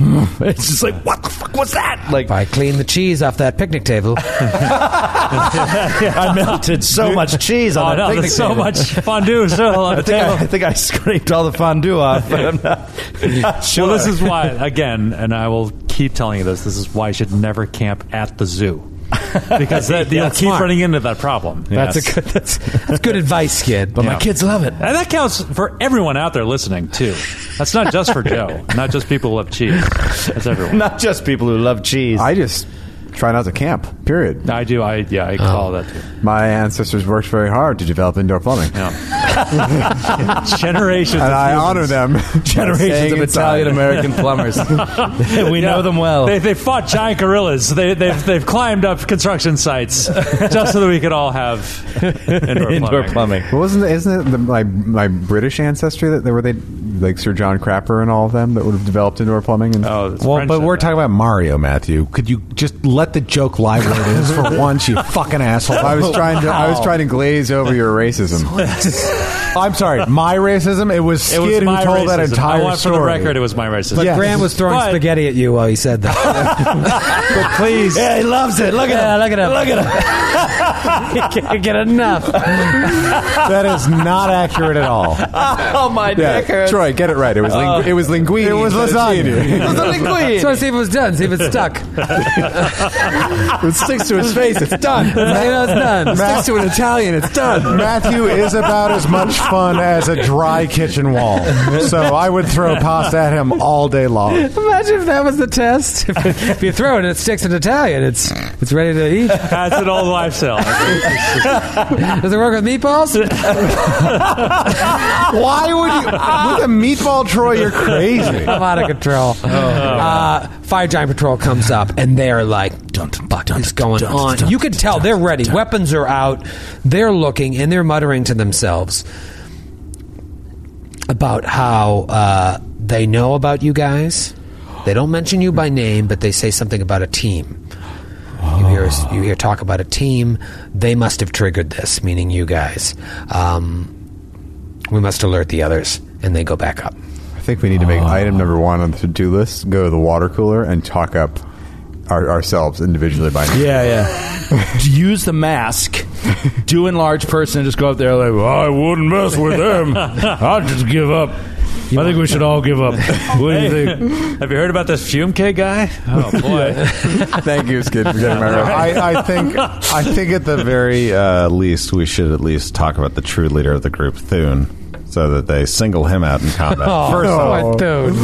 G: it's just like what the fuck was that? Like
D: if I clean the cheese off that picnic table.
G: I melted so much cheese
H: Oh,
G: on
H: no,
G: that picnic
H: there's so
G: table.
H: much fondue still on
G: I
H: the
G: think I,
H: table.
G: I think I scraped all the fondue off. But I'm not, sure.
H: Well, this is why, again, and I will keep telling you this. This is why you should never camp at the zoo because that, you'll
D: That's
H: keep
D: smart.
H: running into that problem.
D: That's
H: Yes.
D: a good. That's, that's good advice, kid.
H: But my Yeah. kids
D: love it.
H: And that counts for everyone out there listening too. That's not just for Joe. Not just people who love cheese. That's everyone.
G: Not just people who love cheese.
L: I just try not to camp. Period.
H: I do. I yeah. I call that. Too.
L: My ancestors worked very hard to develop indoor plumbing.
H: Generations. of
L: And I
H: humans.
L: honor them.
H: Generations of Italian-American plumbers.
G: we know them well.
H: They, they fought giant gorillas. They, they've, they've climbed up construction sites just so that we could all have indoor, plumbing.
L: Well, wasn't it, isn't it the, my my British ancestry that they were they like Sir John Crapper and all of them that would have developed indoor plumbing? And,
H: oh,
E: Well, but we're talking about Mario, Matthew. Could you just let the joke lie where it is for once, you fucking asshole?
L: I was trying to I was trying to glaze over your racism.
E: I'm sorry, my racism. It was
H: It
E: Skid
H: was
E: who
H: my
E: told that
H: racism.
E: entire
H: I want
E: story.
H: for the record, it was my racism.
D: But Graham was throwing
H: But-
D: spaghetti at you while he said that.
H: But please,
G: Yeah, he loves it. Look at
D: Yeah,
G: him.
D: look at him.
G: Look at
D: he can't get enough.
E: that is not accurate at all.
G: him. oh my
L: Yeah, Troy, get it right. It was ling-
H: Oh.
L: it was linguine.
E: It was lasagna.
D: So I see if it was done. See if it's stuck. You
L: it sticks to his face. It's done.
D: know, it's done.
L: Sticks to an Italian. It's done.
E: Matthew is about as much fun as a dry kitchen wall, so I would throw pasta at him all day long.
D: Imagine if that was the test. If, you throw it and it sticks in Italian, it's it's ready to eat.
H: that's an old lifestyle.
D: Does it work with meatballs?
E: Why would you with a meatball, Troy? You're crazy.
D: I'm out of control. uh, Fire Giant Patrol comes up, and they're like, dun, dun, fuck is going on? you can tell they're ready. Weapons are out. They're looking, and they're muttering to themselves about how uh, they know about you guys. They don't mention you by name, but they say something about a team. You hear, you hear talk about a team. They must have triggered this, meaning you guys. Um, we must alert the others, and they go back up.
L: I think we need to make item number one on the to do list. Go to the water cooler and talk up our, ourselves individually by name.
G: Yeah, yeah. Use the mask. Do enlarge person and just go up there like,
K: Well, I wouldn't mess with them. I'd just give up. I think we should all give up. What do you think?
H: Have you heard about this fume kid guy? Oh boy,
L: Thank you, Skid, for getting my right.
E: I, I think I think at the very uh, least we should at least talk about the true leader of the group, Thune, so that they single him out in combat. First
L: no.
E: off,
L: Oh.
D: What, dude?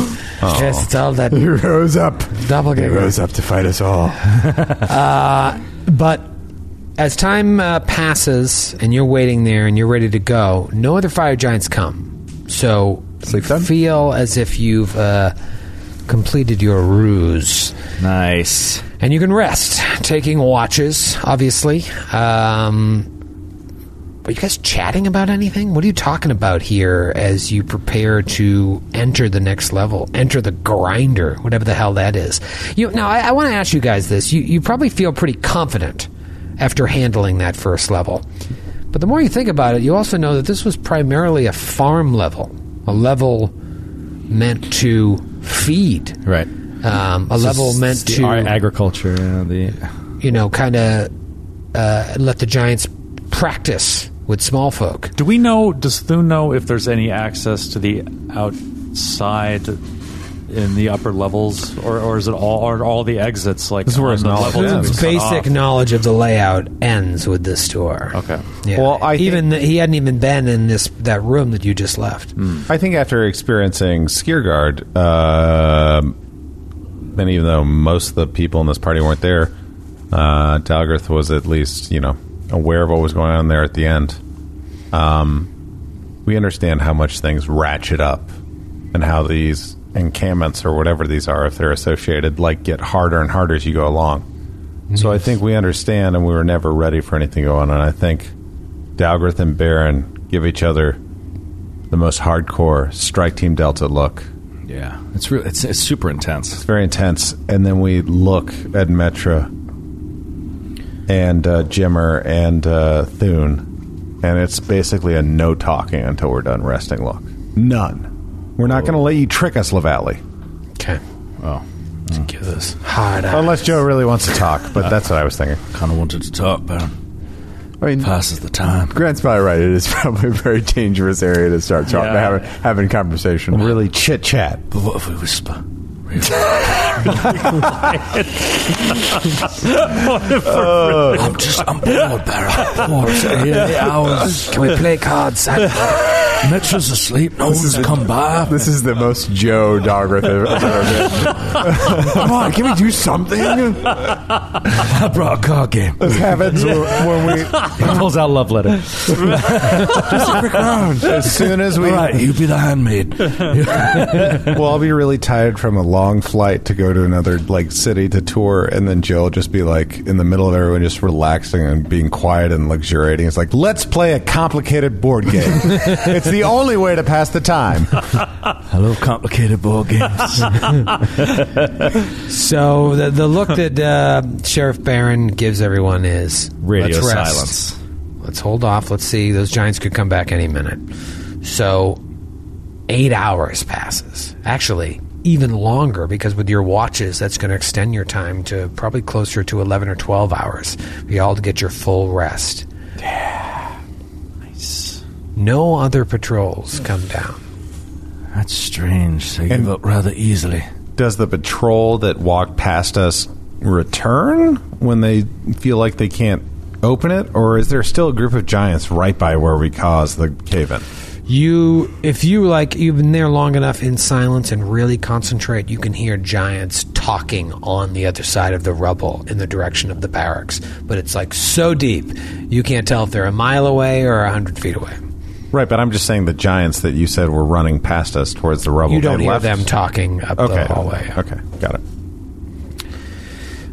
D: Yes, it's all that
L: He rose up. He
D: doppelganger.
L: rose up to fight us all.
D: But as time uh, passes and you're waiting there and you're ready to go, no other fire giants come. So
L: Sleep
D: you
L: time?
D: feel as if you've uh, completed your ruse.
G: nice.
D: And you can rest, taking watches, obviously. Um, are you guys chatting about anything? What are you talking about here as you prepare to enter the next level? Enter the grinder, whatever the hell that is. You now, I, I want to ask you guys this. You you probably feel pretty confident after handling that first level, but the more you think about it, you also know that this was primarily a farm level, a level meant to feed,
G: Right.
D: um, a level meant to
G: our agriculture. You know, the
D: you know, kind of uh, let the giants practice with small folk.
H: do we know? Does Thune know if there's any access to the outside in the upper levels, or, or is it all are all the exits like
D: This is where
H: on
D: his
H: the
D: knowledge
H: levels
D: ends.
H: that we cut
D: Basic
H: off?
D: knowledge of the layout ends with this door. Okay. Yeah. Well, I even he hadn't even been in this that room that you just left.
E: I think after experiencing Skiergard, uh, and even though most of the people in this party weren't there, uh, Dalgrith was at least you know aware of what was going on there at the end. Um, we understand how much things ratchet up, and how these encampments or whatever these are, if they're associated, like get harder and harder as you go along. So I think we understand, and we were never ready for anything going on. I think Dalgrith and Baron give each other the most hardcore strike team Delta look.
G: Yeah, it's real. It's, it's super intense. It's
E: very intense. And then we look at Metra and uh, Jimmer and uh, Thune, and it's basically a no talking until we're done resting look. None. We're not going to let you trick us, Lavalley.
D: Okay.
E: Oh.
K: Give this.
D: Hard
E: Unless Joe really wants to talk, but that's what I was thinking.
K: Kind of wanted to talk, Baron.
L: I mean,
K: passes the time.
L: Grant's probably right. It is probably a very dangerous area to start talking,
K: Yeah.
L: having, having conversation.
E: Really chit chat.
K: But what if we whisper?
F: I'm
K: just, I'm bored, Barry. I'm bored. Sitting here eight hours.
D: Can we play cards?
K: Metra's asleep. No one's come by.
L: This is the most Joe Dogrith I've ever been. Come on, can we do something?
K: I brought a card game.
L: This happens when we.
G: He pulls out love letter.
K: Just a quick round.
E: As soon as we-
K: All right, you be the handmaid.
E: well, I'll be really tired from a long flight to go to another like city to tour, and then Joe will just be like in the middle of everyone just relaxing and being quiet and luxuriating. It's like let's play a complicated board game. it's the only way to pass the time.
K: I love complicated board games.
D: So the the look that uh, Sheriff Barron gives everyone is
G: Radio
D: "Let's rest.
G: silence.
D: Let's hold off. Let's see. Those giants could come back any minute. So eight hours passes. Actually, even longer because with your watches, that's going to extend your time to probably closer to eleven or twelve hours. for You all to get your full rest. Yeah. Nice. No other patrols come down.
K: That's strange. They give up rather easily.
E: Does the patrol that walked past us return when they feel like they can't open it, or is there still a group of giants right by where we caused the cave-in?
D: You, if you like, you've been there long enough in silence and really concentrate, you can hear giants talking on the other side of the rubble in the direction of the barracks. But it's like so deep, you can't tell if they're a mile away or a hundred feet away.
E: Right, but I'm just saying the giants that you said were running past us towards the rubble.
D: You don't
E: they
D: hear
E: left.
D: them talking up the
E: okay.
D: hallway.
E: Okay, got it.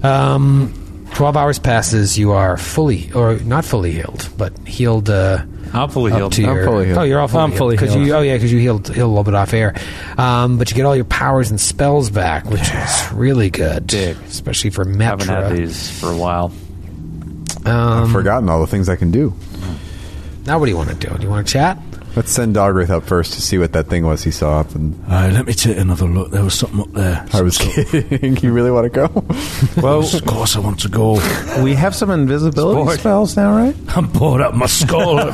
D: Um, Twelve hours passes. You are fully, or not fully healed, but healed. Uh,
H: I'm fully
D: up
H: healed.
D: to
H: I'm
D: your-
H: fully healed.
D: Oh, you're all fully
H: I'm
D: healed.
H: fully
D: 'Cause
H: healed.
D: You, oh yeah, because you healed, healed a little bit off air. Um, but you get all your powers and spells back, which is really good, especially for Metra.
H: Haven't had these for a while.
L: I've
D: Um,
L: forgotten all the things I can do.
D: Now, what do you want to do? Do you want to chat?
L: Let's send Dogrith up first to see what that thing was he saw up. And
K: All right, let me take another look. There was something up there.
L: I was kidding. you really want to go?
E: Well,
K: of course I want to go.
E: We have some invisibility
K: Sport.
E: spells now, right?
K: I'm bored up my skull.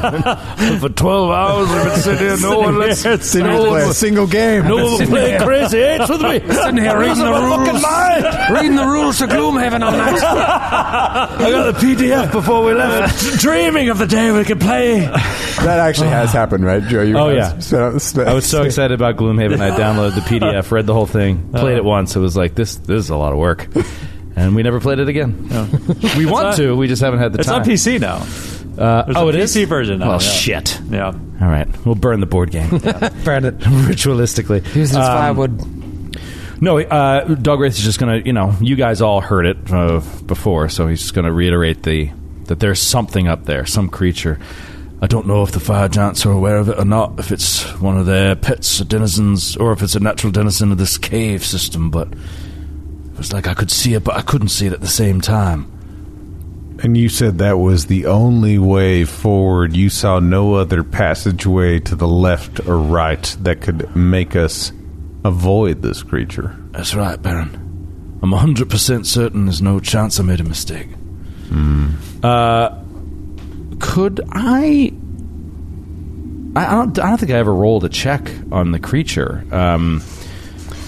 K: For 12 hours I've been sitting here. No one lets
E: Didn't
K: no
E: even play
K: one
E: a single game.
K: No one will play crazy eights with me.
C: Sitting here reading the rules. Reading the rules to Gloomhaven all night.
K: I got the PDF before we left, dreaming of the day we could play.
L: That actually has
K: Ah.
L: happened, right, Joe? You
G: Oh,
L: guys
G: yeah.
L: spent- spent-
G: I was so excited about Gloomhaven. I downloaded the PDF, read the whole thing, played
H: Uh-huh.
G: it once. It was like this. This is a lot of work, and we never played it again. We want
H: on-
G: to. We just haven't had the
H: It's
G: time.
H: on PC now.
G: Uh,
H: There's
G: oh,
H: a
G: it is
H: PC version now,
G: Well,
H: yeah.
G: shit.
H: Yeah.
G: All right, we'll burn the board game
D: Burn it.
G: ritualistically.
D: Use this
G: Um,
D: firewood.
G: No, uh, Dogwraith is just gonna. You know, you guys all heard it uh, before, so he's just gonna reiterate the that there's something up there, some creature.
K: I don't know if the fire giants are aware of it or not, if it's one of their pets or denizens, or if it's a natural denizen of this cave system, but it was like I could see it, but I couldn't see it at the same time.
E: And you said that was the only way forward. You saw no other passageway to the left or right that could make us avoid this creature.
K: That's right, Baron. I'm 100% certain there's no chance I made a mistake.
G: Uh, could I? I, I don't. I don't think I ever rolled a check on the creature. Um,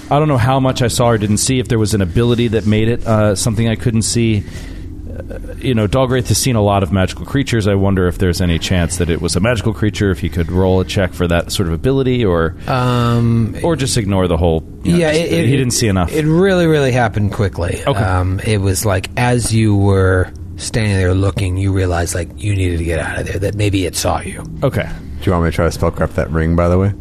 G: I don't know how much I saw or didn't see. If there was an ability that made it uh, something I couldn't see. Uh, You know, Dalgraith has seen a lot of magical creatures. I wonder if there's any chance that it was a magical creature. If he could roll a check for that sort of ability, or um, or just ignore the whole. you know,
D: yeah,
G: just-
D: it, it-
G: he didn't see enough.
D: It really, really happened quickly. Okay. Um, it was like as you were standing there looking, you realized like you needed to get out of there. That maybe it saw you.
G: Okay.
L: Do you want me to try to spellcraft that ring, by the way?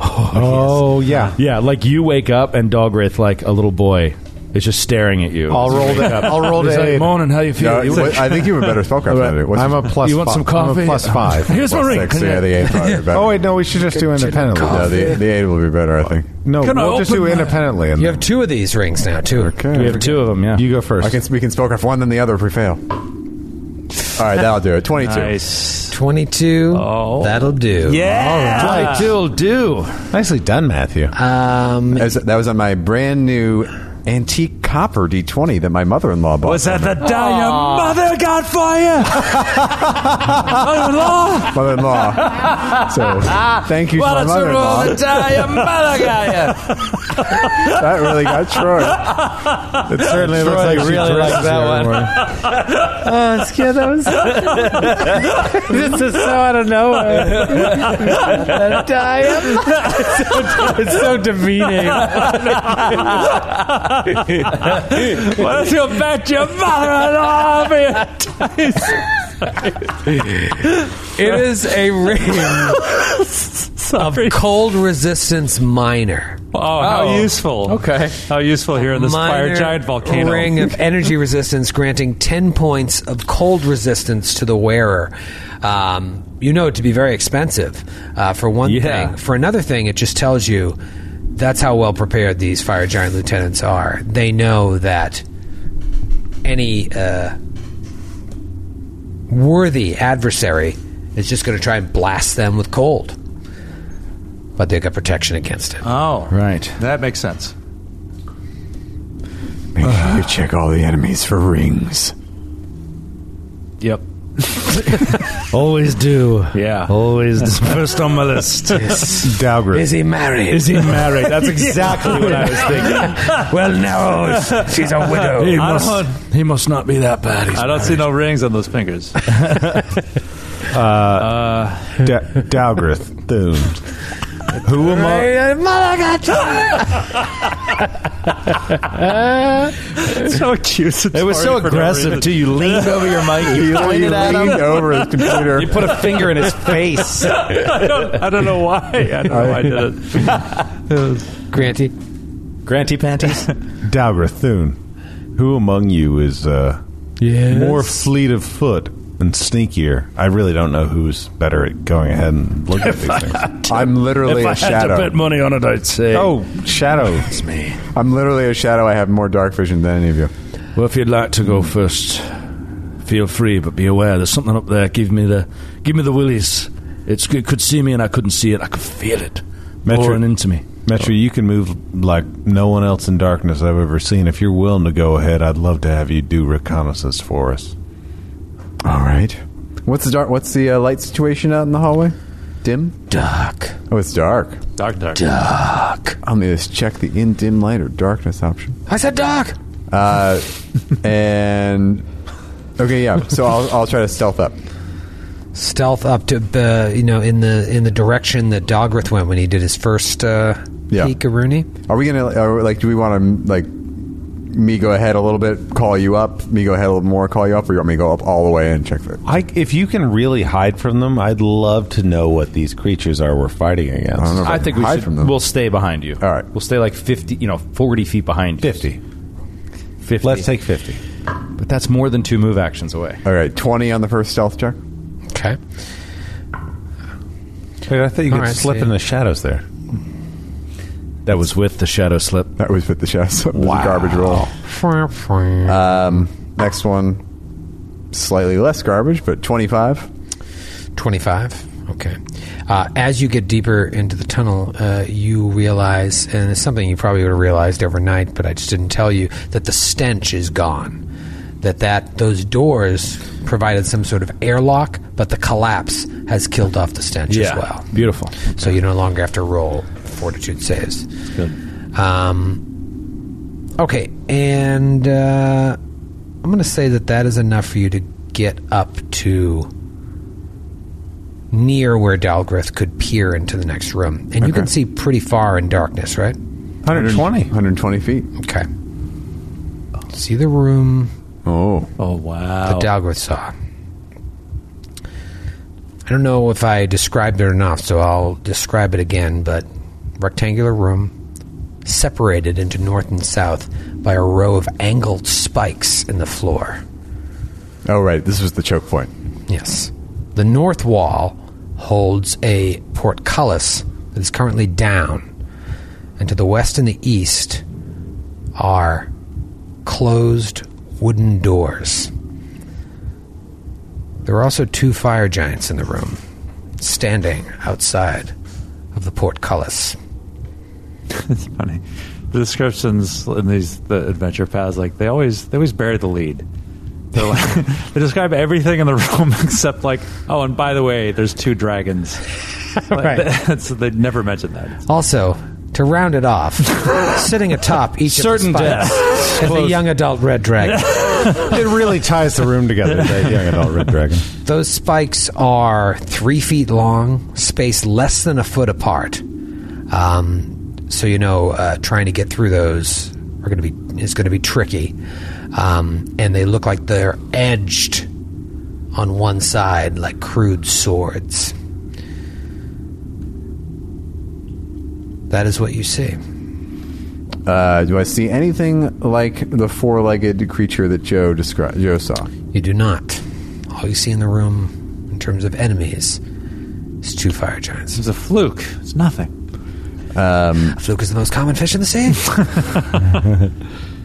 G: Oh yeah, yeah. Like you wake up and Dogrith, like a little boy, is just staring at you.
K: I'll roll
G: it
K: the- I'll roll
G: it.
K: the aid.
G: Moaning, how you feel?
K: No, what- I think you were better
L: spellcraft than I did. What's-
E: I'm a plus.
L: You want
E: fi-
L: some coffee?
E: I'm a plus five.
L: Here's my Plus ring. six, yeah, the eight probably better.
E: oh wait, no, we should just do independently.
L: No, the, the aid will be better, I think.
E: No,
L: Can I
E: we'll just
L: open
E: do
L: my-
E: independently.
D: You have two of these rings now, too.
L: Okay.
G: two of them. Yeah,
E: you go first.
L: I can, we can spellcraft one, then the other if we fail. All right, that'll do it. Twenty-two.
H: Nice.
D: Twenty-two. Oh, that'll do.
L: All right.
G: will do.
E: Nicely done, Matthew.
D: Um,
L: As, that was on my brand new antique copper D20 that my mother-in-law bought.
C: Was that
L: for
C: the
L: me.
C: day your mother got fire? Mother-in-law?
L: mother-in-law? So thank you, to my
C: well,
L: mother-in-law.
C: it's a roll the day your mother got you.
L: that really got Troy. It certainly
C: Troy
L: looks like she
C: really
L: dresses
C: likes that
L: every
C: one.
L: morning.
C: Oh, it's good. That was. this is so out of nowhere. That day your- it's so demeaning. well, that's your bet your mother-in-law
D: It is a ring of cold resistance minor.
H: Oh, how useful.
G: Okay.
H: How useful here in this fire
D: Minor
H: giant volcano.
D: ring of energy resistance, granting ten points of cold resistance to the wearer. Um, you know it to be very expensive. Uh, for one thing, for another thing, it just tells you that's how well prepared these fire giant lieutenants are. They know that any uh, worthy adversary is just going to try and blast them with cold, but they got protection against it.
H: Oh,
G: right.
H: That makes sense.
L: Make sure you check all the enemies for rings.
G: Yep.
K: Always do.
G: Yeah.
K: Always do. first on my list.
E: Dalgrid.
D: Is he married?
K: Is he married? That's
G: exactly what I was
K: thinking.
D: well, no, she's a widow.
K: He
H: I
K: must, he must not be that bad. He's
H: I don't see no rings on those fingers.
E: Da- Dalgrith. Boom. Who among
H: so accusatory.
G: It was so
H: for no reason.
G: aggressive too. You leaned over your mic. You pointed at him.
L: leaned over the computer.
G: You put a finger in his face.
H: I don't, I don't know why. I don't know why I did it.
D: Granty.
G: Granty panties.
E: Dalgrith Thune, who among you is uh, more fleet of foot and sneakier? I really don't know who's better at going ahead and looking at these things.
L: I'm literally
K: If I
L: a
K: had to
L: shadow.
K: bet money on it, I'd say.
E: Oh, Shadow.
K: it's me.
L: I'm literally a shadow. I have more dark vision than any of you.
K: Well, if you'd like to go first, feel free, but be aware there's something up there. Give me the, give me the willies. It's, it could see me, and I couldn't see it. I could feel it
E: Metro-
K: pouring into me.
E: Metro, you can move like no one else in darkness I've ever seen. If you're willing to go ahead, I'd love to have you do reconnaissance for us.
L: All right. What's the dark? What's the uh, light situation out in the hallway? Dim.
D: Dark.
L: Oh, it's dark.
H: Dark, dark.
L: I'll need to check the in dim light or darkness option.
D: I said dark.
L: Uh, and okay, yeah. So I'll, I'll try to stealth up.
D: Stealth up to uh, you know in the in the direction that Dogrith went when he did his first uh,
L: Yeah.
D: peekaroonie.
L: Are we gonna are, like? Do we want to like me go ahead a little bit, call you up? Me go ahead a little more, call you up, or you want me to go up all the way and check for it?
E: I, if you can really hide from them, I'd love to know what these creatures are we're fighting against.
L: don't know if
G: I
L: can
G: think we
L: hide
G: should.
L: from them.
G: We'll stay behind you.
L: All right.
G: We'll stay like fifty. You know, forty feet behind. You.
E: 50.
G: 50.
E: Let's take 50.
G: But that's more than two move actions away.
L: All right, twenty on the first stealth check.
D: Okay.
E: Wait, I thought you
D: All
E: could
D: right,
E: slip
D: see.
E: in the shadows there.
G: That was with the shadow slip.
L: That was with the chest. Wow. Garbage roll. Um, next one, slightly less garbage, but twenty-five.
D: Twenty-five. Okay. Uh, as you get deeper into the tunnel, uh, you realize, and it's something you probably would have realized overnight, but I just didn't tell you that the stench is gone. That that those doors provided some sort of airlock, but the collapse has killed off the stench as well.
G: Beautiful.
D: So you no longer have to roll fortitude saves. Um, okay, and uh, I'm going to say that that is enough for you to get up to near where Dalgrith could peer into the next room, and you can see pretty far in darkness, right?
L: 120. 120 feet.
D: Okay. See the room.
L: Oh.
G: Oh, wow.
D: The Dalgrith saw. I don't know if I described it or not, so I'll describe it again, but rectangular room separated into north and south by a row of angled spikes in the floor.
L: Oh, right. This was the choke point.
D: Yes. The north wall holds a portcullis that is currently down, and to the west and the east are closed wooden doors. There are also two fire giants in the room, standing outside of the portcullis.
H: it's funny. The descriptions in these the adventure paths, like they always they always bury the lead. They're like, they describe everything in the room except like, oh, and by the way, there's two dragons. Like,
D: Right.
H: that's- they never mention that.
D: Also, to round it off, sitting atop each
H: Certain
D: of the spikes
H: death.
D: is a young adult red dragon.
E: it really ties the room together. That young adult red dragon.
D: Those spikes are three feet long, spaced less than a foot apart. Um, so you know, uh, trying to get through those are going to be is going to be tricky. Um, and they look like they're edged on one side like crude swords. That is what you see.
L: Uh, do I see anything like the four-legged creature that Joe described? Joe saw.
D: You do not. All you see in the room, in terms of enemies, is two fire giants. It's
H: a fluke. It's nothing.
L: Um,
D: a fluke is the most common fish in the sea.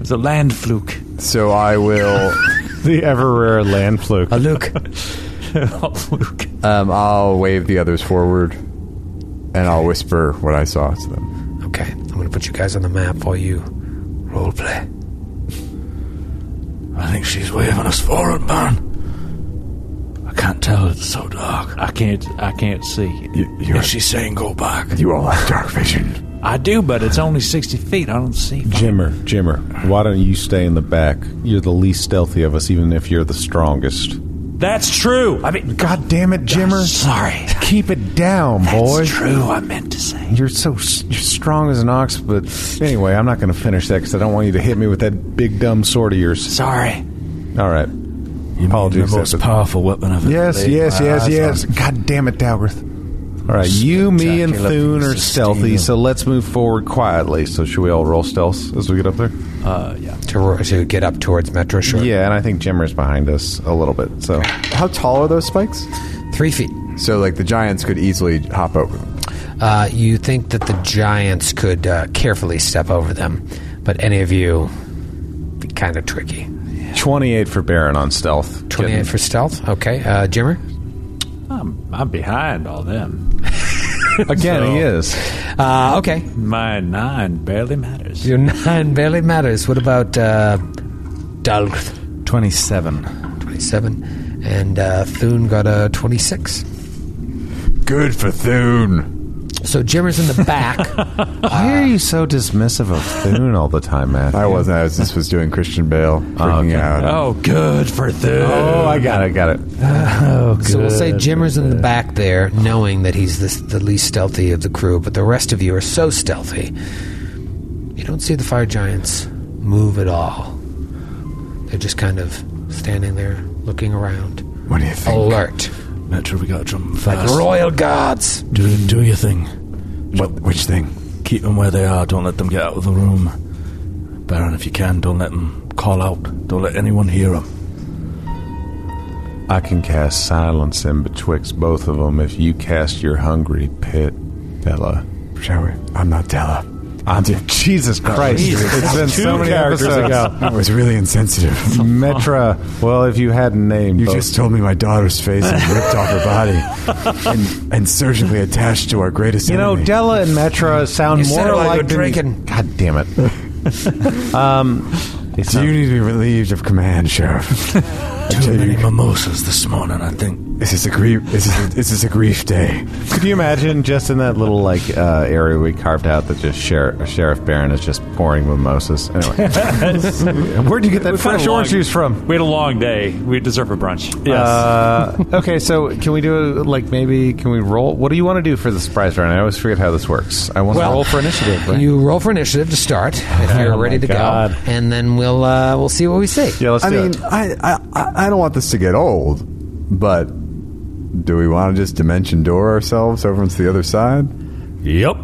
H: It's a land fluke.
L: So I will.
E: the ever rare land fluke.
D: A Luke.
L: um, I'll wave the others forward, and I'll whisper what I saw to them.
D: Okay, I'm gonna put you guys on the map while you role play.
K: I think she's waving us forward, Baron. I can't tell. It's so dark.
H: I can't I can't see.
K: Yeah, she's saying go back.
L: You all have dark vision.
H: I do, but it's only sixty feet. I don't see.
E: Jimmer, Jimmer, why don't you stay in the back? You're the least stealthy of us, even if you're the strongest.
H: That's true. I mean,
E: God damn it, Jimmer!
K: Sorry.
E: Keep it down, boy.
K: It's true. I meant to say.
E: You're so s- you're strong as an ox, but anyway, I'm not going to finish that because I don't want you to hit me with that big dumb sword of yours.
K: Sorry.
E: All right. Apologies.
K: the most
E: that's-
K: powerful weapon I've ever
E: yes,
K: laid
E: yes,
K: my
E: yes,
K: eyes
E: yes.
K: on.
E: God damn it, Dalgrith. All right, you, me, and
K: Spectacular
E: Thune
K: piece
E: are
K: of
E: stealthy,
K: steel.
E: so let's move forward quietly. So should we all roll stealth as we get up there?
H: Uh, yeah.
D: To, ro- to get up towards Metro Shore.
E: Yeah, and I think Jimmer's behind us a little bit. So
L: How tall are those spikes?
D: Three feet.
L: So like the giants could easily hop over them.
D: Uh, you think that the giants could uh, carefully step over them, but any of you be kind of tricky.
E: 28 for Baron on stealth.
D: 28 for stealth. Okay, uh, Jimmer?
H: I'm I'm behind all them.
E: Again, he is.
D: Uh, okay.
H: My nine barely matters.
D: Your nine barely matters. What about uh, Dalgrith?
G: 27.
D: 27. And uh, Thune got a 26.
L: Good for Thune.
D: So Jimmer's in the back. Ah.
E: Why are you so dismissive of Thune all the time, man?
L: I wasn't. I was just was doing Christian Bale, freaking
E: okay.
L: out.
H: Oh, good for them.
E: Oh, I got it, got it.
D: So we'll say Jimmer's in the back there, knowing that he's this, the least stealthy of the crew, but the rest of you are so stealthy. You don't see the fire giants move at all. They're just kind of standing there, looking around,
L: What do you think?
D: alert,
K: Metro, we gotta jump
D: like
K: fast.
D: royal guards.
K: do, do your thing.
L: What? Which thing?
K: Keep them where they are. Don't let them get out of the room. Baron, if you can, don't let them call out. Don't let anyone hear them.
E: I can cast silence in betwixt both of them if you cast your hungry pit, Bella.
L: Shall we? I'm not Della.
E: I'm, Oh, Jesus Christ. It's been so many episodes ago.
L: That was really insensitive.
E: Metra, well, if you hadn't named
L: You
E: both-
L: just told me my daughter's face and ripped off her body, and, and surgically attached to our greatest
E: You know,
L: enemy.
E: Della and Metra sound
D: You
E: more
D: said it while you
E: like
D: were
E: than
D: drinking.
E: God damn it. um, it's
L: Do
E: not-
L: you need to be relieved of command, Sheriff?
K: Too many mimosas this morning, I think.
L: Is this a grief? Is this a, is this a grief day?
E: Could you imagine just in that little like uh, area we carved out that just Sheriff, Sheriff Barron is just pouring mimosas? Anyway, where'd you get that
H: We've had
E: fresh
H: a long-
E: orange juice from?
H: We had a long day. We deserve a brunch.
E: Uh, okay, so can we do a, like maybe can we roll? What do you want to do for the surprise round? I always forget how this works. I want to roll for initiative. right?
D: You roll for initiative to start if you're
E: Oh
D: ready
E: my
D: to
E: God.
D: go, and then we'll uh, we'll see what we see.
E: Yeah,
L: I mean, I, I I I don't want this to get old, but do we want to just dimension door ourselves over into the other side?
K: Yep.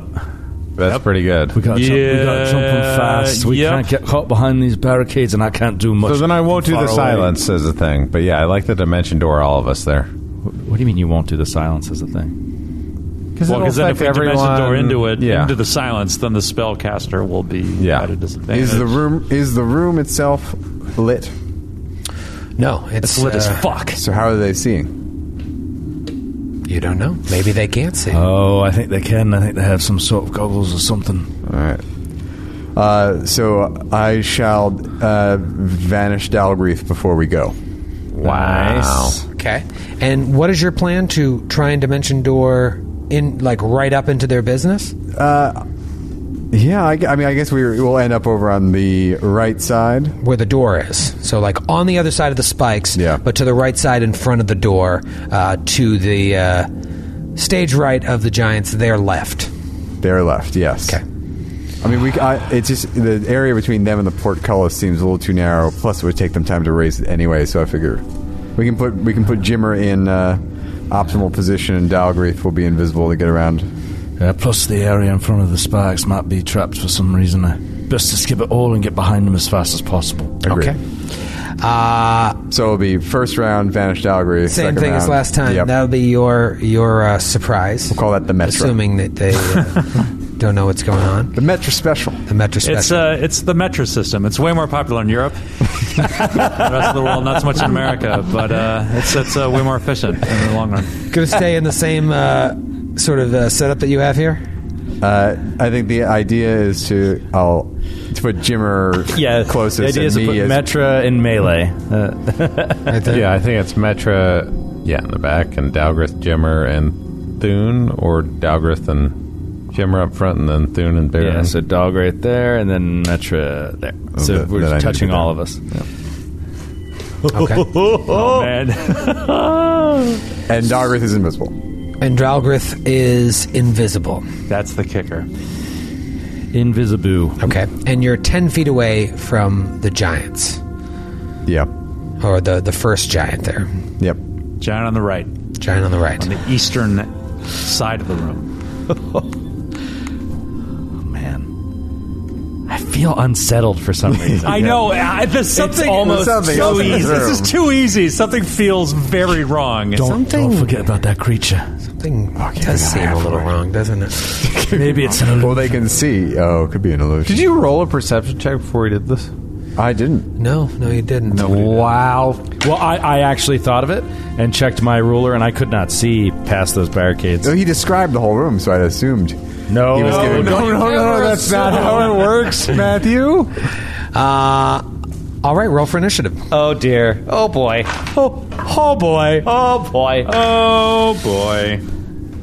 E: That's pretty good.
K: We gotta, jump, we gotta jump them fast. We
E: Yeah,
K: can't get caught behind these barricades, and I can't do much.
E: So then I won't do the
K: far away.
E: silence as a thing. But yeah, I like the dimension door. All of us there. What do you mean you won't do the silence as a thing?
H: Well, because then if we dimension door into it,
E: yeah.
H: into the silence, then the spell caster will be yeah. added as a thing.
L: Is the room is the room itself lit?
D: No, it's, uh,
H: It's lit
K: Uh,
H: as fuck.
L: So how are they seeing?
D: You don't know. Maybe they can't see.
K: Oh, I think they can. I think they have some sort of goggles or something.
L: All right. Uh, so I shall uh, vanish Dalgreath before we go.
D: Okay. And what is your plan to try and dimension door in like right up into their business?
L: Uh, yeah, I, gu- I mean, I guess we will end up over on the right side
D: where the door is. So like on the other side of the spikes, yeah. but to the right side in front of the door, uh, to the uh, stage right of the giants, their left.
L: Their left, yes. Okay. I mean, we. c I it's just the area between them and the portcullis seems a little too narrow. Plus, it would take them time to raise it anyway. So I figure we can put we can put Jimmer in uh, optimal position, and Dalgreath will be invisible to get around.
K: Yeah, Uh, plus the area in front of the spikes might be trapped for some reason. I best to skip it all and get behind them as fast as possible.
L: Agreed.
D: Uh,
L: so it'll be first round, vanish Dalgreath.
D: Same
L: second
D: thing as
L: round-
D: last time.
L: Yep.
D: That'll be your your uh, surprise. We'll
L: call that the Metro.
D: Assuming that they uh, don't know what's going on.
L: The Metro special.
D: The Metro special.
H: It's uh, it's the metro system. It's way more popular in Europe. the rest of the world, not so much in America, but uh, it's it's uh, way more efficient in the long run.
D: Going to stay in the same uh, sort of uh, setup that you have here.
L: Uh, I think the idea is to I'll to put Jimmer
G: Yeah,
L: closest.
G: The idea
L: and
G: is to
L: me
G: put
L: as-
G: Metra in melee. Uh,
E: Yeah, I think it's Metra. Yeah, in the back, and Dalgrith, Jimmer, and Thune, or Dalgrith and Jimmer up front, and then Thune and Baron.
G: yeah, so dog right there, and then Metra there.
K: Oh,
G: so
E: that-
G: we're
E: that I need to
G: touching
E: be
G: all of
E: done.
G: us.
D: Okay.
H: oh man.
L: and Dalgrith is invisible.
D: And Dralgrith is invisible.
H: That's the kicker.
G: Invisiboo.
D: Okay. And you're 10 feet away from the giants,
L: Yeah.
D: or the, the first giant there.
L: Yep.
H: Giant on the right,
D: Giant on the right.
H: on the eastern side of the room.
K: Oh,
G: Man, I feel unsettled for some reason.
H: I know. I, there's something
G: almost
H: something
G: too
H: something-
G: easy.
H: This is too easy. Something feels very wrong.
D: Something-
K: forget about that creature.
D: Something does seem a little wrong, doesn't it?
K: Maybe it's an
L: Well, they can see. Oh, it could be an illusion.
E: Did you roll a perception check before we did this?
L: I didn't.
D: No, no, you didn't.
G: Wow. Well, I, I actually thought of it and checked my ruler, and I could not see past those barricades.
L: So he described the whole room, so I assumed.
G: No,
L: He was giving-
E: Oh, no, no, no, that's not how it works, Matthew.
D: Uh, all right, roll for initiative.
G: Oh dear. Oh boy. Oh, oh boy. Oh boy. Oh boy.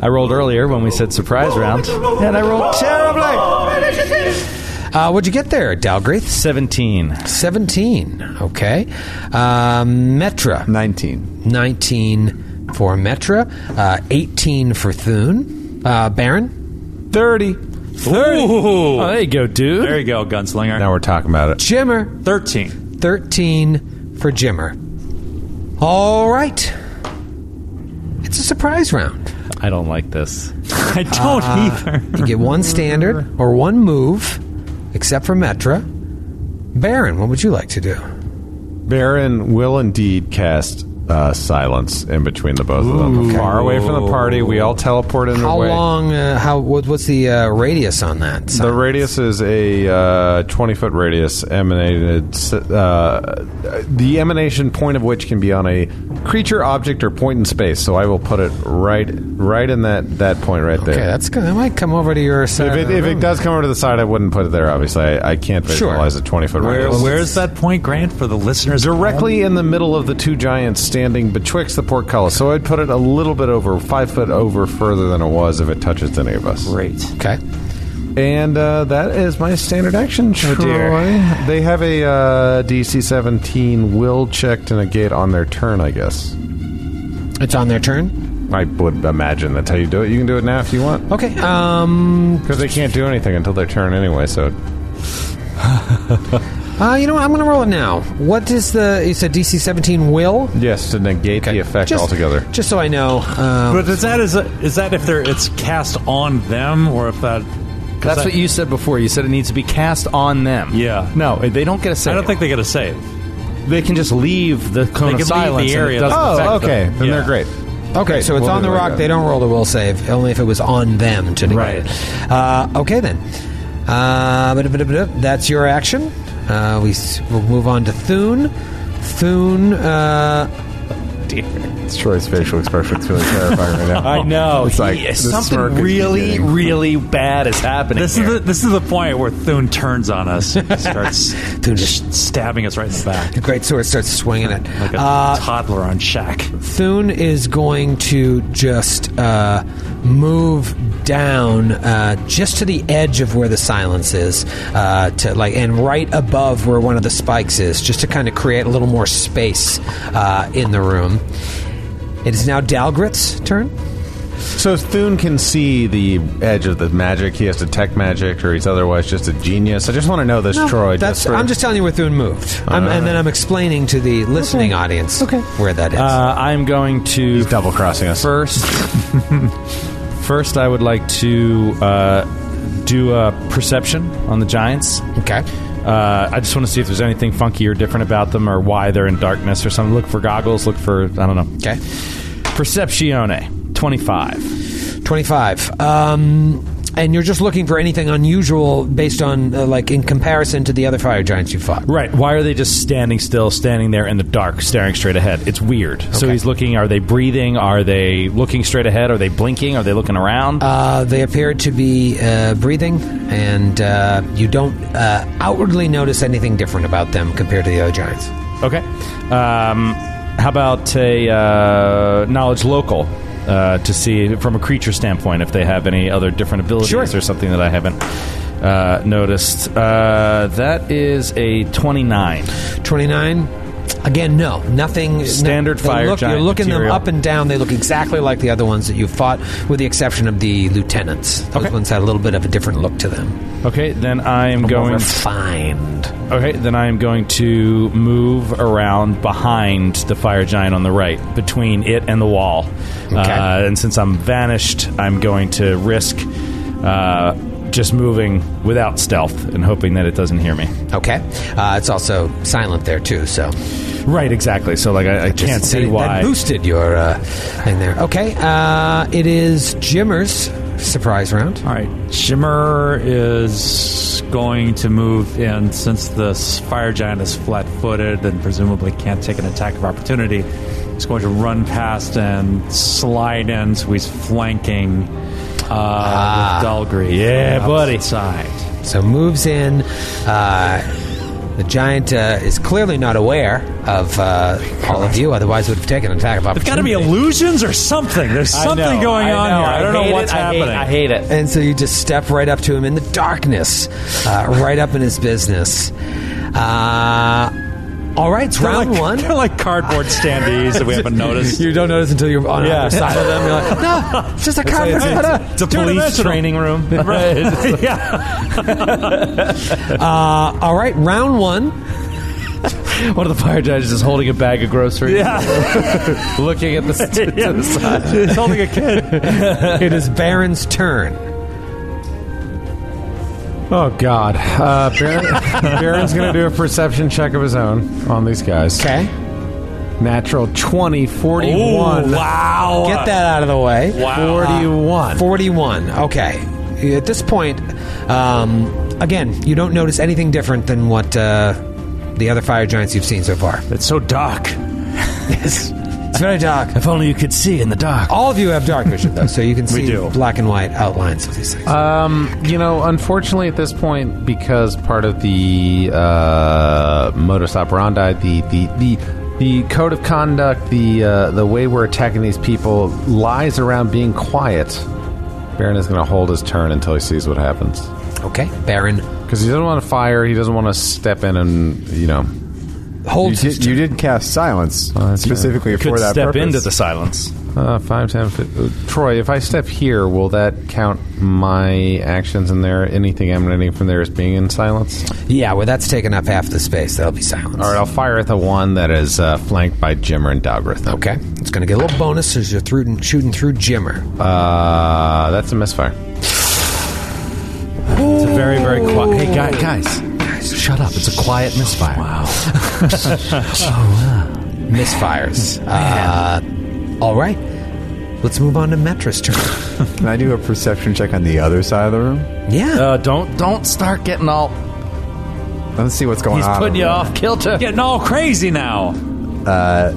G: I rolled earlier when we said surprise round, and I rolled terribly.
D: Uh, what'd you get there, Dalgrith?
G: Seventeen.
D: 17. Okay. Um, Metra,
L: 19.
D: 19 for Metra, uh, 18 for Thune. Uh, Baron,
G: Thirty. Thirty.
H: Ooh.
G: Oh, there you go, dude.
H: There you go, gunslinger.
E: Now we're talking about it.
D: Jimmer,
H: Thirteen.
D: 13 for Jimmer. All right. It's a surprise round.
G: I don't like this.
H: I don't either.
D: You get one standard or one move, except for Metra. Baron, what would you like to do?
E: Baron will indeed cast uh, silence in between the both of them. Far away from the party, we all teleport in
D: How
E: a way.
D: long? Uh, how? What, what's the uh, radius on that?
E: The radius is a uh, 20 foot radius emanated. s- Uh, the emanation point of which can be on a creature, object, or point in space. So I will put it right right in that, that point right
D: okay,
E: there.
D: that's good. That might come over to your side.
E: if
D: of
E: it,
D: the
E: if it
D: room.
E: does come over to the side, I wouldn't put it there, obviously. I, I can't
D: Sure.
E: visualize a 20 foot
H: Where,
E: radius.
H: where's that point, Grant, for the listeners?
E: Directly in the middle of the two giants standing betwixt the portcullis, so I'd put it a little bit over five foot over further than it was if it touches any of us.
M: Great.
E: Okay. And uh, that is my standard action, Troy.
M: dear.
E: They have a uh, DC 17 will checked and a gate on their turn, I guess.
D: It's on their turn?
E: I would imagine that's how you do it. You can do it now if you want.
D: Okay. Um.
E: Because they can't do anything until their turn anyway, so.
D: Uh, you know what? I'm going to roll it now. What is the? You said DC 17 will.
E: Yes, to negate the effect
D: Just-
E: altogether.
D: Just so I know. Um,
H: But is that is, that- is that if they're it's cast on them or if that? 'cause
G: That's
H: that-
G: what you said before. You said it needs to be cast on them.
H: Yeah.
G: No, they don't get a save. I don't think
H: they get a save.
G: They can just leave the
H: They
G: cone
H: can
G: of
H: leave the
G: silence. and it
H: area.
G: doesn't affect
H: Oh,
G: them.
H: okay. Then they're
E: great.
D: Okay, so it's on the rock. They don't roll the will save, only if it was on them to negate right. it. Uh, okay, then. Uh, ba- ba- ba- ba- that's your action. Uh, we s- we'll move on to Thune. Thune. Uh,
L: It's Troy's facial expression. It's really terrifying right now.
H: Oh.
G: I know.
L: It's like
G: He-
L: the
G: something
L: smirk is
G: really,
L: beginning.
G: really bad is happening.
H: This is the this is the point where Thune turns on us, and starts
D: Thune
H: just stabbing us right in the back.
D: the great sword starts swinging it. Uh,
H: Like a toddler on Shaq.
D: Thune is going to just uh, move down uh, just to the edge of where the silence is, uh, to like and right above where one of the spikes is, just to kind of create a little more space uh, in the room. It is now Dalgrit's turn.
E: So Thune can see the edge of the magic. He has to tech magic, or he's otherwise just a genius. I just want to know this,
D: No,
E: Troy.
D: that's-
E: for-
D: I'm just telling you where Thune moved, I'm, and then I'm explaining to the listening audience where that is.
G: Uh, I'm going to
E: double crossing us
G: first. first, I would like to uh, do a perception on the giants.
D: Okay.
G: Uh, I just want to see if there's anything funky or different about them, or why they're in darkness or something. Look for goggles. Look for I don't know.
D: Okay.
G: Perceptione twenty five.
D: Twenty five. Um, and you're just looking for anything unusual based on, uh, like, in comparison to the other fire giants you fought.
G: Right. Why are they just standing still, standing there in the dark, staring straight ahead? It's weird. So he's looking. Are they breathing? Are they looking straight ahead? Are they blinking? Are they looking around?
D: Uh, they appear to be uh, breathing, and uh, you don't uh, outwardly notice anything different about them compared to the other giants.
G: Okay. Um, how about a uh, knowledge local uh, to see from a creature standpoint if they have any other different abilities or something that I haven't uh, noticed? Uh, that is a twenty-nine.
D: Twenty-nine. Again, no, nothing.
G: Standard
D: they
G: fire
D: Look,
G: giant
D: you're looking
G: material.
D: them up and down. They look exactly like the other ones that you fought, with the exception of the lieutenants. Those ones had a little bit of a different look to them.
G: Okay, then I am
D: more
G: going
D: refined.
G: Okay, then I am going to move around behind the fire giant on the right, between it and the wall. Uh, and since I'm vanished, I'm going to risk uh, just moving without stealth and hoping that it doesn't hear me.
D: Okay, uh, it's also silent there too. So,
G: right, exactly. So like I, I can't
D: Just-
G: see
D: that
G: why
D: boosted your uh, thing there. Okay, uh, it is Jimmer's surprise round.
H: All right, Shimmer is going to move in since this fire giant is flat footed and presumably can't take an attack of opportunity. He's going to run past and slide in, so he's flanking uh,
D: Ah,
H: with Dalgree.
G: Yeah, buddy.
H: Side.
D: So moves in. Uh, the giant uh, is clearly not aware of uh, all of you, otherwise would have taken an attack of
H: There's
D: opportunity.
H: got to be illusions or something. There's
D: I
H: something
D: know,
H: going
D: I
H: on
D: know,
H: here. I
D: I
H: don't
D: hate
H: know
D: it,
H: what's
D: I hate-
H: happening.
D: I
G: hate it.
D: And so you just step right up to him in the darkness, uh, right up in his business. Uh, all right, it's round one. They're
H: like cardboard standees that we haven't noticed.
D: You don't notice until you're on the
H: Yeah.
D: other side of them. You're like, no, it's just a
H: It's like-
D: cardboard.
H: it's-
D: photo."
H: it's a police
D: Two-dimensional.
H: training room. Right.
D: uh, all right, round one.
G: One of the fire judges is holding a bag of groceries.
D: Yeah.
G: looking at the, to the side.
H: He's holding a kid.
D: it is Baron's turn.
E: Oh God, uh, Baron, Baron's going to do a perception check of his own on these guys.
D: Okay.
E: Natural 20, 41.
H: wow.
D: Get that out of the way.
E: Wow. 41.
D: 41. Okay. At this point, um, again, you don't notice anything different than what uh, the other fire giants you've seen so far.
H: It's so dark.
D: yes. It's very dark.
K: If only you could see in the dark.
D: All of you have dark vision, though, so you can see
E: do.
D: black and white outlines of these things.
E: Um, you know, unfortunately, at this point, because part of the uh, modus operandi, the the the the code of conduct, the uh, the way we're attacking these people lies around being quiet. Baron is going to hold his turn until he sees what happens.
D: Okay, Baron.
E: Because he doesn't want to fire. He doesn't want to step in and you know.
D: Holds
E: you
L: did, you did cast silence specifically for that purpose.
E: silence. Uh, five, ten, fif- uh, Troy, if I step here, will that count my actions in there? Anything emanating from there as being in silence?
D: Yeah, well, that's taking up half the space. That'll be silence.
E: All right, I'll fire at the one that is uh, flanked by Jimmer and Dogrith.
D: Okay, it's going to get a little bonus as you're through, shooting through Jimmer.
E: Uh, that's a misfire.
G: It's a very, very quiet. Hey, guy, guys.
D: Guys, shut up. It's a quiet misfire. Oh, Wow. Misfires. Uh, all right, let's move on to Metra's turn.
L: Can I do a perception check on the other side of the room?
D: Yeah.
G: Uh, don't don't start getting all.
L: Let's see what's going
G: He's
L: on.
G: putting you off kilter.
H: Getting all crazy now.
L: Uh,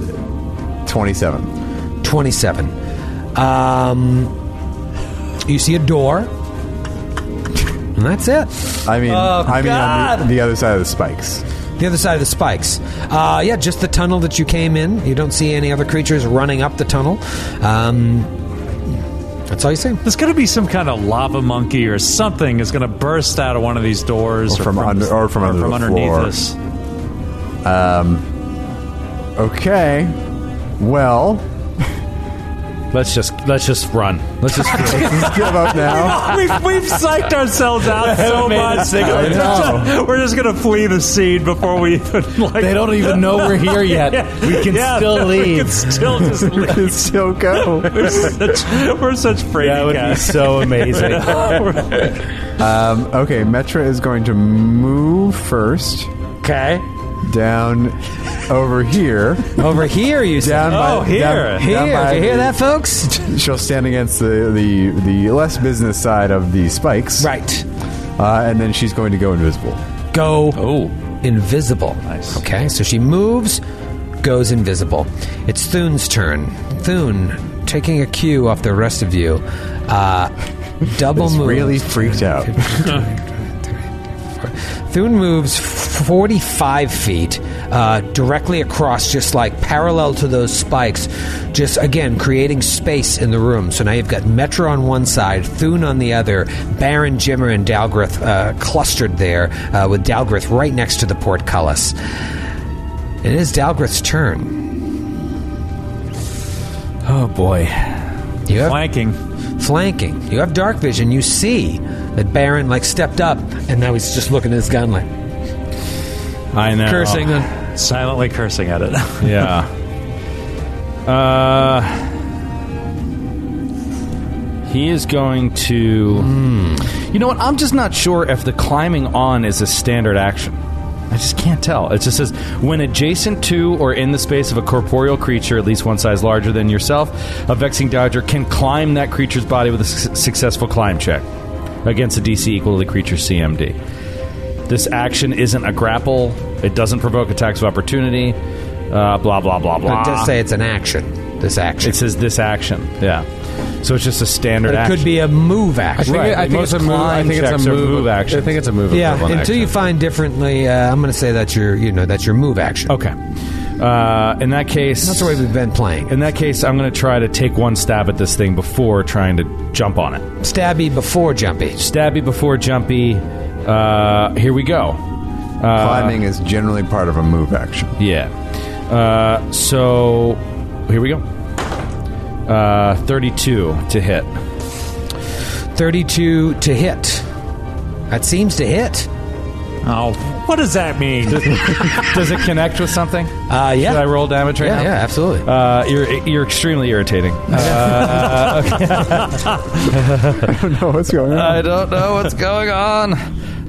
L: twenty-seven.
D: 27. Um, you see a door. And that's it.
L: I mean,
D: Oh,
L: I mean, on the,
D: God.
L: the other side of the spikes.
D: The other side of the spikes. Uh, yeah, just the tunnel that you came in. You don't see any other creatures running up the tunnel. Um, that's all you see.
H: There's going to be some kind of lava monkey or something is going to burst out of one of these doors,
L: Or from under- or from under the
H: underneath
L: floor.
H: us.
L: Um. Okay. Well,
G: Let's just let's just run. Let's just
L: let's give up now.
H: we've, we've psyched ourselves out so
G: Made it
H: much.
G: sick. I know.
H: We're just gonna flee the scene before we even. Like,
G: They don't even know we're here yet. We can
H: Yeah,
G: still
H: We
G: leave.
H: can still just
L: We
H: leave.
L: can still go.
H: We're such, we're such fraidy
G: That would be
H: cats.
G: so amazing.
L: Um, okay, Metra is going to move first
D: Okay.
L: down over here.
D: Over here, you see.
L: Down by
H: Oh, here.
L: down-
D: Here,
L: down by
D: do you hear
L: the-
D: that, folks?
L: She'll stand against the, the, the less business side of the spikes.
D: Right.
L: Uh, and then she's going to go invisible.
D: Go invisible. Nice. Okay, so she moves, goes invisible. It's Thune's turn. Thune, taking a cue off the rest of you, uh, double
L: It's
D: moves.
L: really freaked out.
D: Thune moves 45 feet uh, directly across, just like parallel to those spikes, just again creating space in the room. So now you've got Metro on one side, Thune on the other, Baron, Jimmer, and Dalgrith uh, clustered there, uh, with Dalgrith right next to the portcullis. It is Dalgrith's turn.
G: oh boy.
D: You have
H: Flanking.
D: flanking. You have dark vision. You see that Baron like stepped up, and now he's just looking at his gun like
G: I know.
D: cursing.
H: Silently cursing at it.
G: Yeah. Uh, he is going to. You know what? I'm just not sure if the climbing on is a standard action. I just can't tell. It just says when adjacent to or in the space of a corporeal creature, at least one size larger than yourself, a vexing dodger can climb that creature's body with a su- successful climb check against a DC equal to the creature's CMD. This action isn't a grapple. It doesn't provoke attacks of opportunity. Uh, blah blah blah blah.
D: It does say it's an action. This action.
G: It says this action. Yeah. So it's just a standard
D: But it
G: action.
D: could be a move action.
G: Right. Most climb checks are move action.
E: I think it's a move.
D: Yeah,
E: equivalent
D: until
E: action.
D: you find differently, uh, I'm going to say that's your, you know, that's your move action.
G: Okay. Uh, in that case,
D: That's the way we've been playing.
G: in that case, I'm going to try to take one stab at this thing before trying to jump on it.
D: Stabby before jumpy.
G: Stabby before jumpy. Uh, here we go.
D: Uh,
L: Climbing is generally part of a move action.
G: Yeah. Uh, so here we go. Uh, 32 to hit.
D: 32 to hit. That seems to hit.
H: Oh, what does that mean?
G: Does it connect with something?
D: Uh, yeah.
G: Should I roll damage right
D: yeah,
G: now?
D: yeah, absolutely.
G: Uh, you're you're extremely irritating. Uh,
L: I don't know what's going on.
G: I don't know what's going on.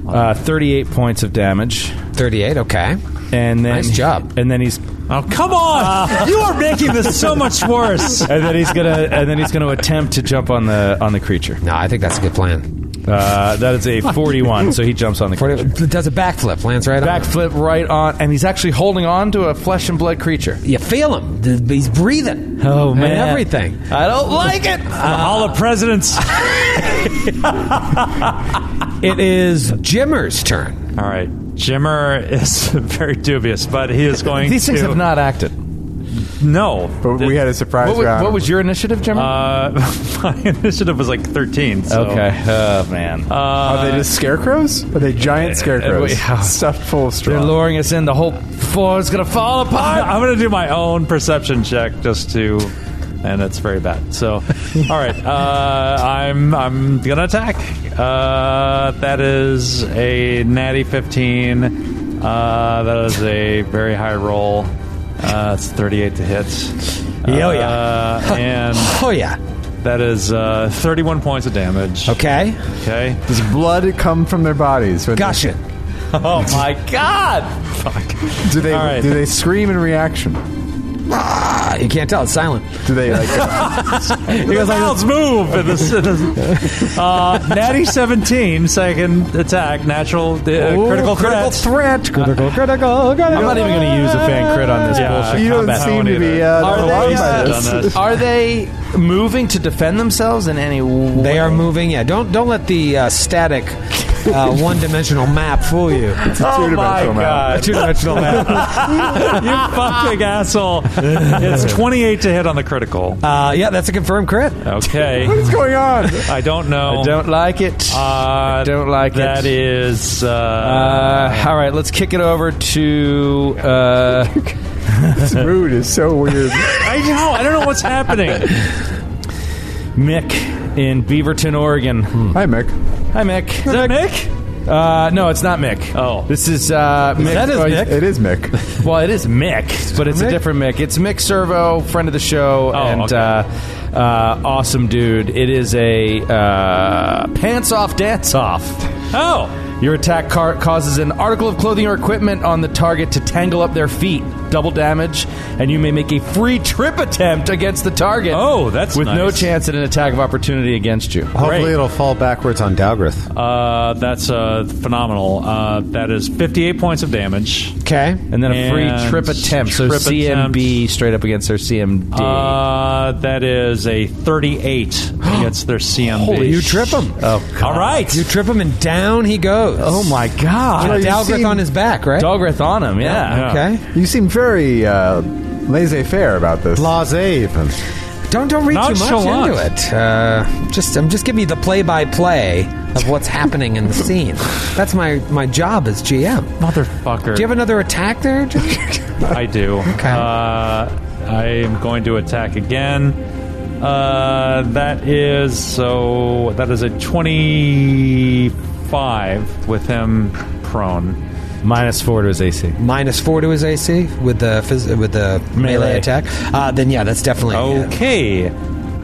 G: Uh, Thirty-eight points of damage,
D: 38, okay.
G: and then
D: Nice job.
G: And then he's
H: oh, come on! you are making this so much worse.
G: and then he's gonna and then he's gonna attempt to jump on the on the creature.
D: No, I think that's a good plan.
G: Uh, that is a forty-one, so he jumps on the
D: Forty-
G: creature.
D: Does a backflip, lands right on. him.
G: Backflip right on, and he's actually holding on to a flesh and blood creature.
D: You feel him. Th- He's breathing.
G: Oh,
D: And
G: man.
D: everything. Uh,
G: I don't like it.
H: All the presidents.
D: It is Jimmer's turn.
H: All right, Jimmer is very dubious, but he is going
G: These
H: to.
G: things have not acted.
H: No.
L: But we had a surprise
G: What, wa- what was your initiative, Jimmy?
H: Uh, my initiative was like 13. So.
G: Okay. Oh, man. Uh,
L: Are they just scarecrows? Are they giant scarecrows? Stuffed full of straw.
G: They're luring us in. The whole floor is going to fall apart.
H: I'm going to do my own perception check just to. And it's very bad. So, all right, uh, I'm I'm gonna attack. Uh, that is a natty fifteen. Uh, that is a very high roll. Uh, it's thirty-eight to hit.
D: Yo, yeah.
H: Uh, and
D: oh yeah,
H: that is uh, thirty-one points of damage.
D: Okay.
H: Okay.
L: Does blood come from their bodies? when they-
D: Gotcha.
H: Oh my god! Fuck.
L: Do they
H: All right.
L: do they scream in reaction?
D: Uh, You can't tell; it's silent.
L: Do they like?
H: He goes like, let's move. And this- this- uh, natty 17, second attack, natural, uh, critical
D: critical
H: threat.
D: threat, critical, critical, critical.
G: I'm not even going to use a fan crit on this
H: Yeah.
G: bullshit.
L: you don't
G: combat.
L: seem to be uh,
G: Are
L: alarmed
G: they,
L: by
G: uh,
L: this.
M: Are they moving to defend themselves in any way?
D: They are moving. Yeah, don't don't let the uh, static, uh, one-dimensional map fool you.
G: Oh
L: Two-dimensional map.
D: A two-dimensional map.
H: you fucking asshole. It's 28 to hit on the critical.
D: Uh, yeah, that's a confirmed crit.
H: Okay.
L: What's going on?
H: I don't know.
G: I don't like it.
H: Oh. uh,
G: don't like
H: That
G: it.
H: is. Uh,
G: Uh, all right, let's kick it over to. Uh,
L: this mood is so weird.
H: I know. I don't know what's happening.
G: Mick in Beaverton, Oregon.
L: Hi, Mick.
G: Hi, Mick.
H: Hmm. Is that Mick?
G: Uh, no, it's not Mick.
H: Oh.
G: this is uh, Mick.
D: That is
G: oh,
D: Mick.
L: It is Mick.
G: Well, it is Mick, but it's a different Mick. It's Mick Servo, friend of the show, and
H: Oh, okay.
G: uh, uh, awesome dude. It is a uh, pants off, dance off.
H: Oh.
G: Your attack car- causes an article of clothing or equipment on the target to tangle up their feet, double damage, and you may make a free trip attempt against the target.
H: Oh, that's
G: with no
H: nice.
G: chance at an attack of opportunity against you.
D: Oh,
E: Hopefully,
H: Great.
E: it'll fall backwards on Dalgrith.
H: Uh, that's uh, phenomenal. Uh, that is 58 points of damage.
D: Okay.
G: And then a free
H: And
G: trip attempt. So
H: trip
G: CMB straight up against their CMD.
H: Uh, that is a 38 against their CMB.
D: you trip him.
G: oh,
H: All right.
D: You trip him, and down he goes.
G: Oh my God!
D: With Dalgrith on his back, right?
G: Dalgrith on him, yeah.
D: Okay.
L: You seem very uh, laissez-faire about this.
E: Blase even.
D: Don't don't read too much
H: Nonchalant.
D: into it. Uh, just I'm just giving you the play by play of what's happening in the scene. That's my my job as GM.
H: Motherfucker.
D: Do you have another attack there? Jim?
H: I do. Okay. Uh, I am going to attack again. Uh, that is so. That is a twenty-five with him prone.
G: Minus four to his AC.
D: Minus four to his AC with the phys- with the melee,
G: Melee.
D: attack. Uh, then yeah, that's definitely it.
H: Okay.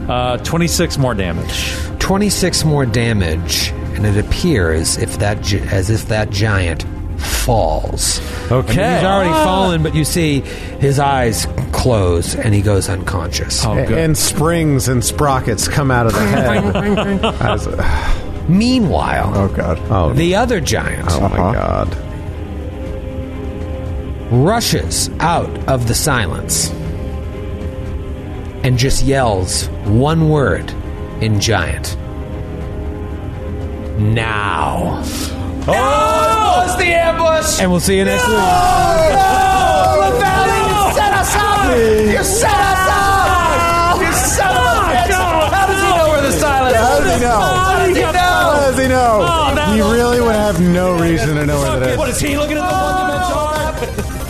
H: Uh, twenty-six more damage.
D: 26 more damage, and it appears if that gi- as if that giant falls.
G: Okay.
D: I mean, he's already fallen, but you see his eyes close and he goes unconscious.
E: And springs and sprockets come out of the head. As- uh,
D: Meanwhile,
L: Oh God.
E: oh,
D: the other giant
E: oh my god.
D: rushes out of the silence and just yells one word in giant. Now.
G: Oh, it's the ambush!
D: And we'll see you next week.
G: You set us up! You set us up! How does he know where the silence is?
L: How does he know? How
G: does he
L: How
G: know?
L: does he know?
G: Oh,
E: He really would have no reason to know where that is.
G: is he looking at the one dimensional?
L: Oh,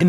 M: In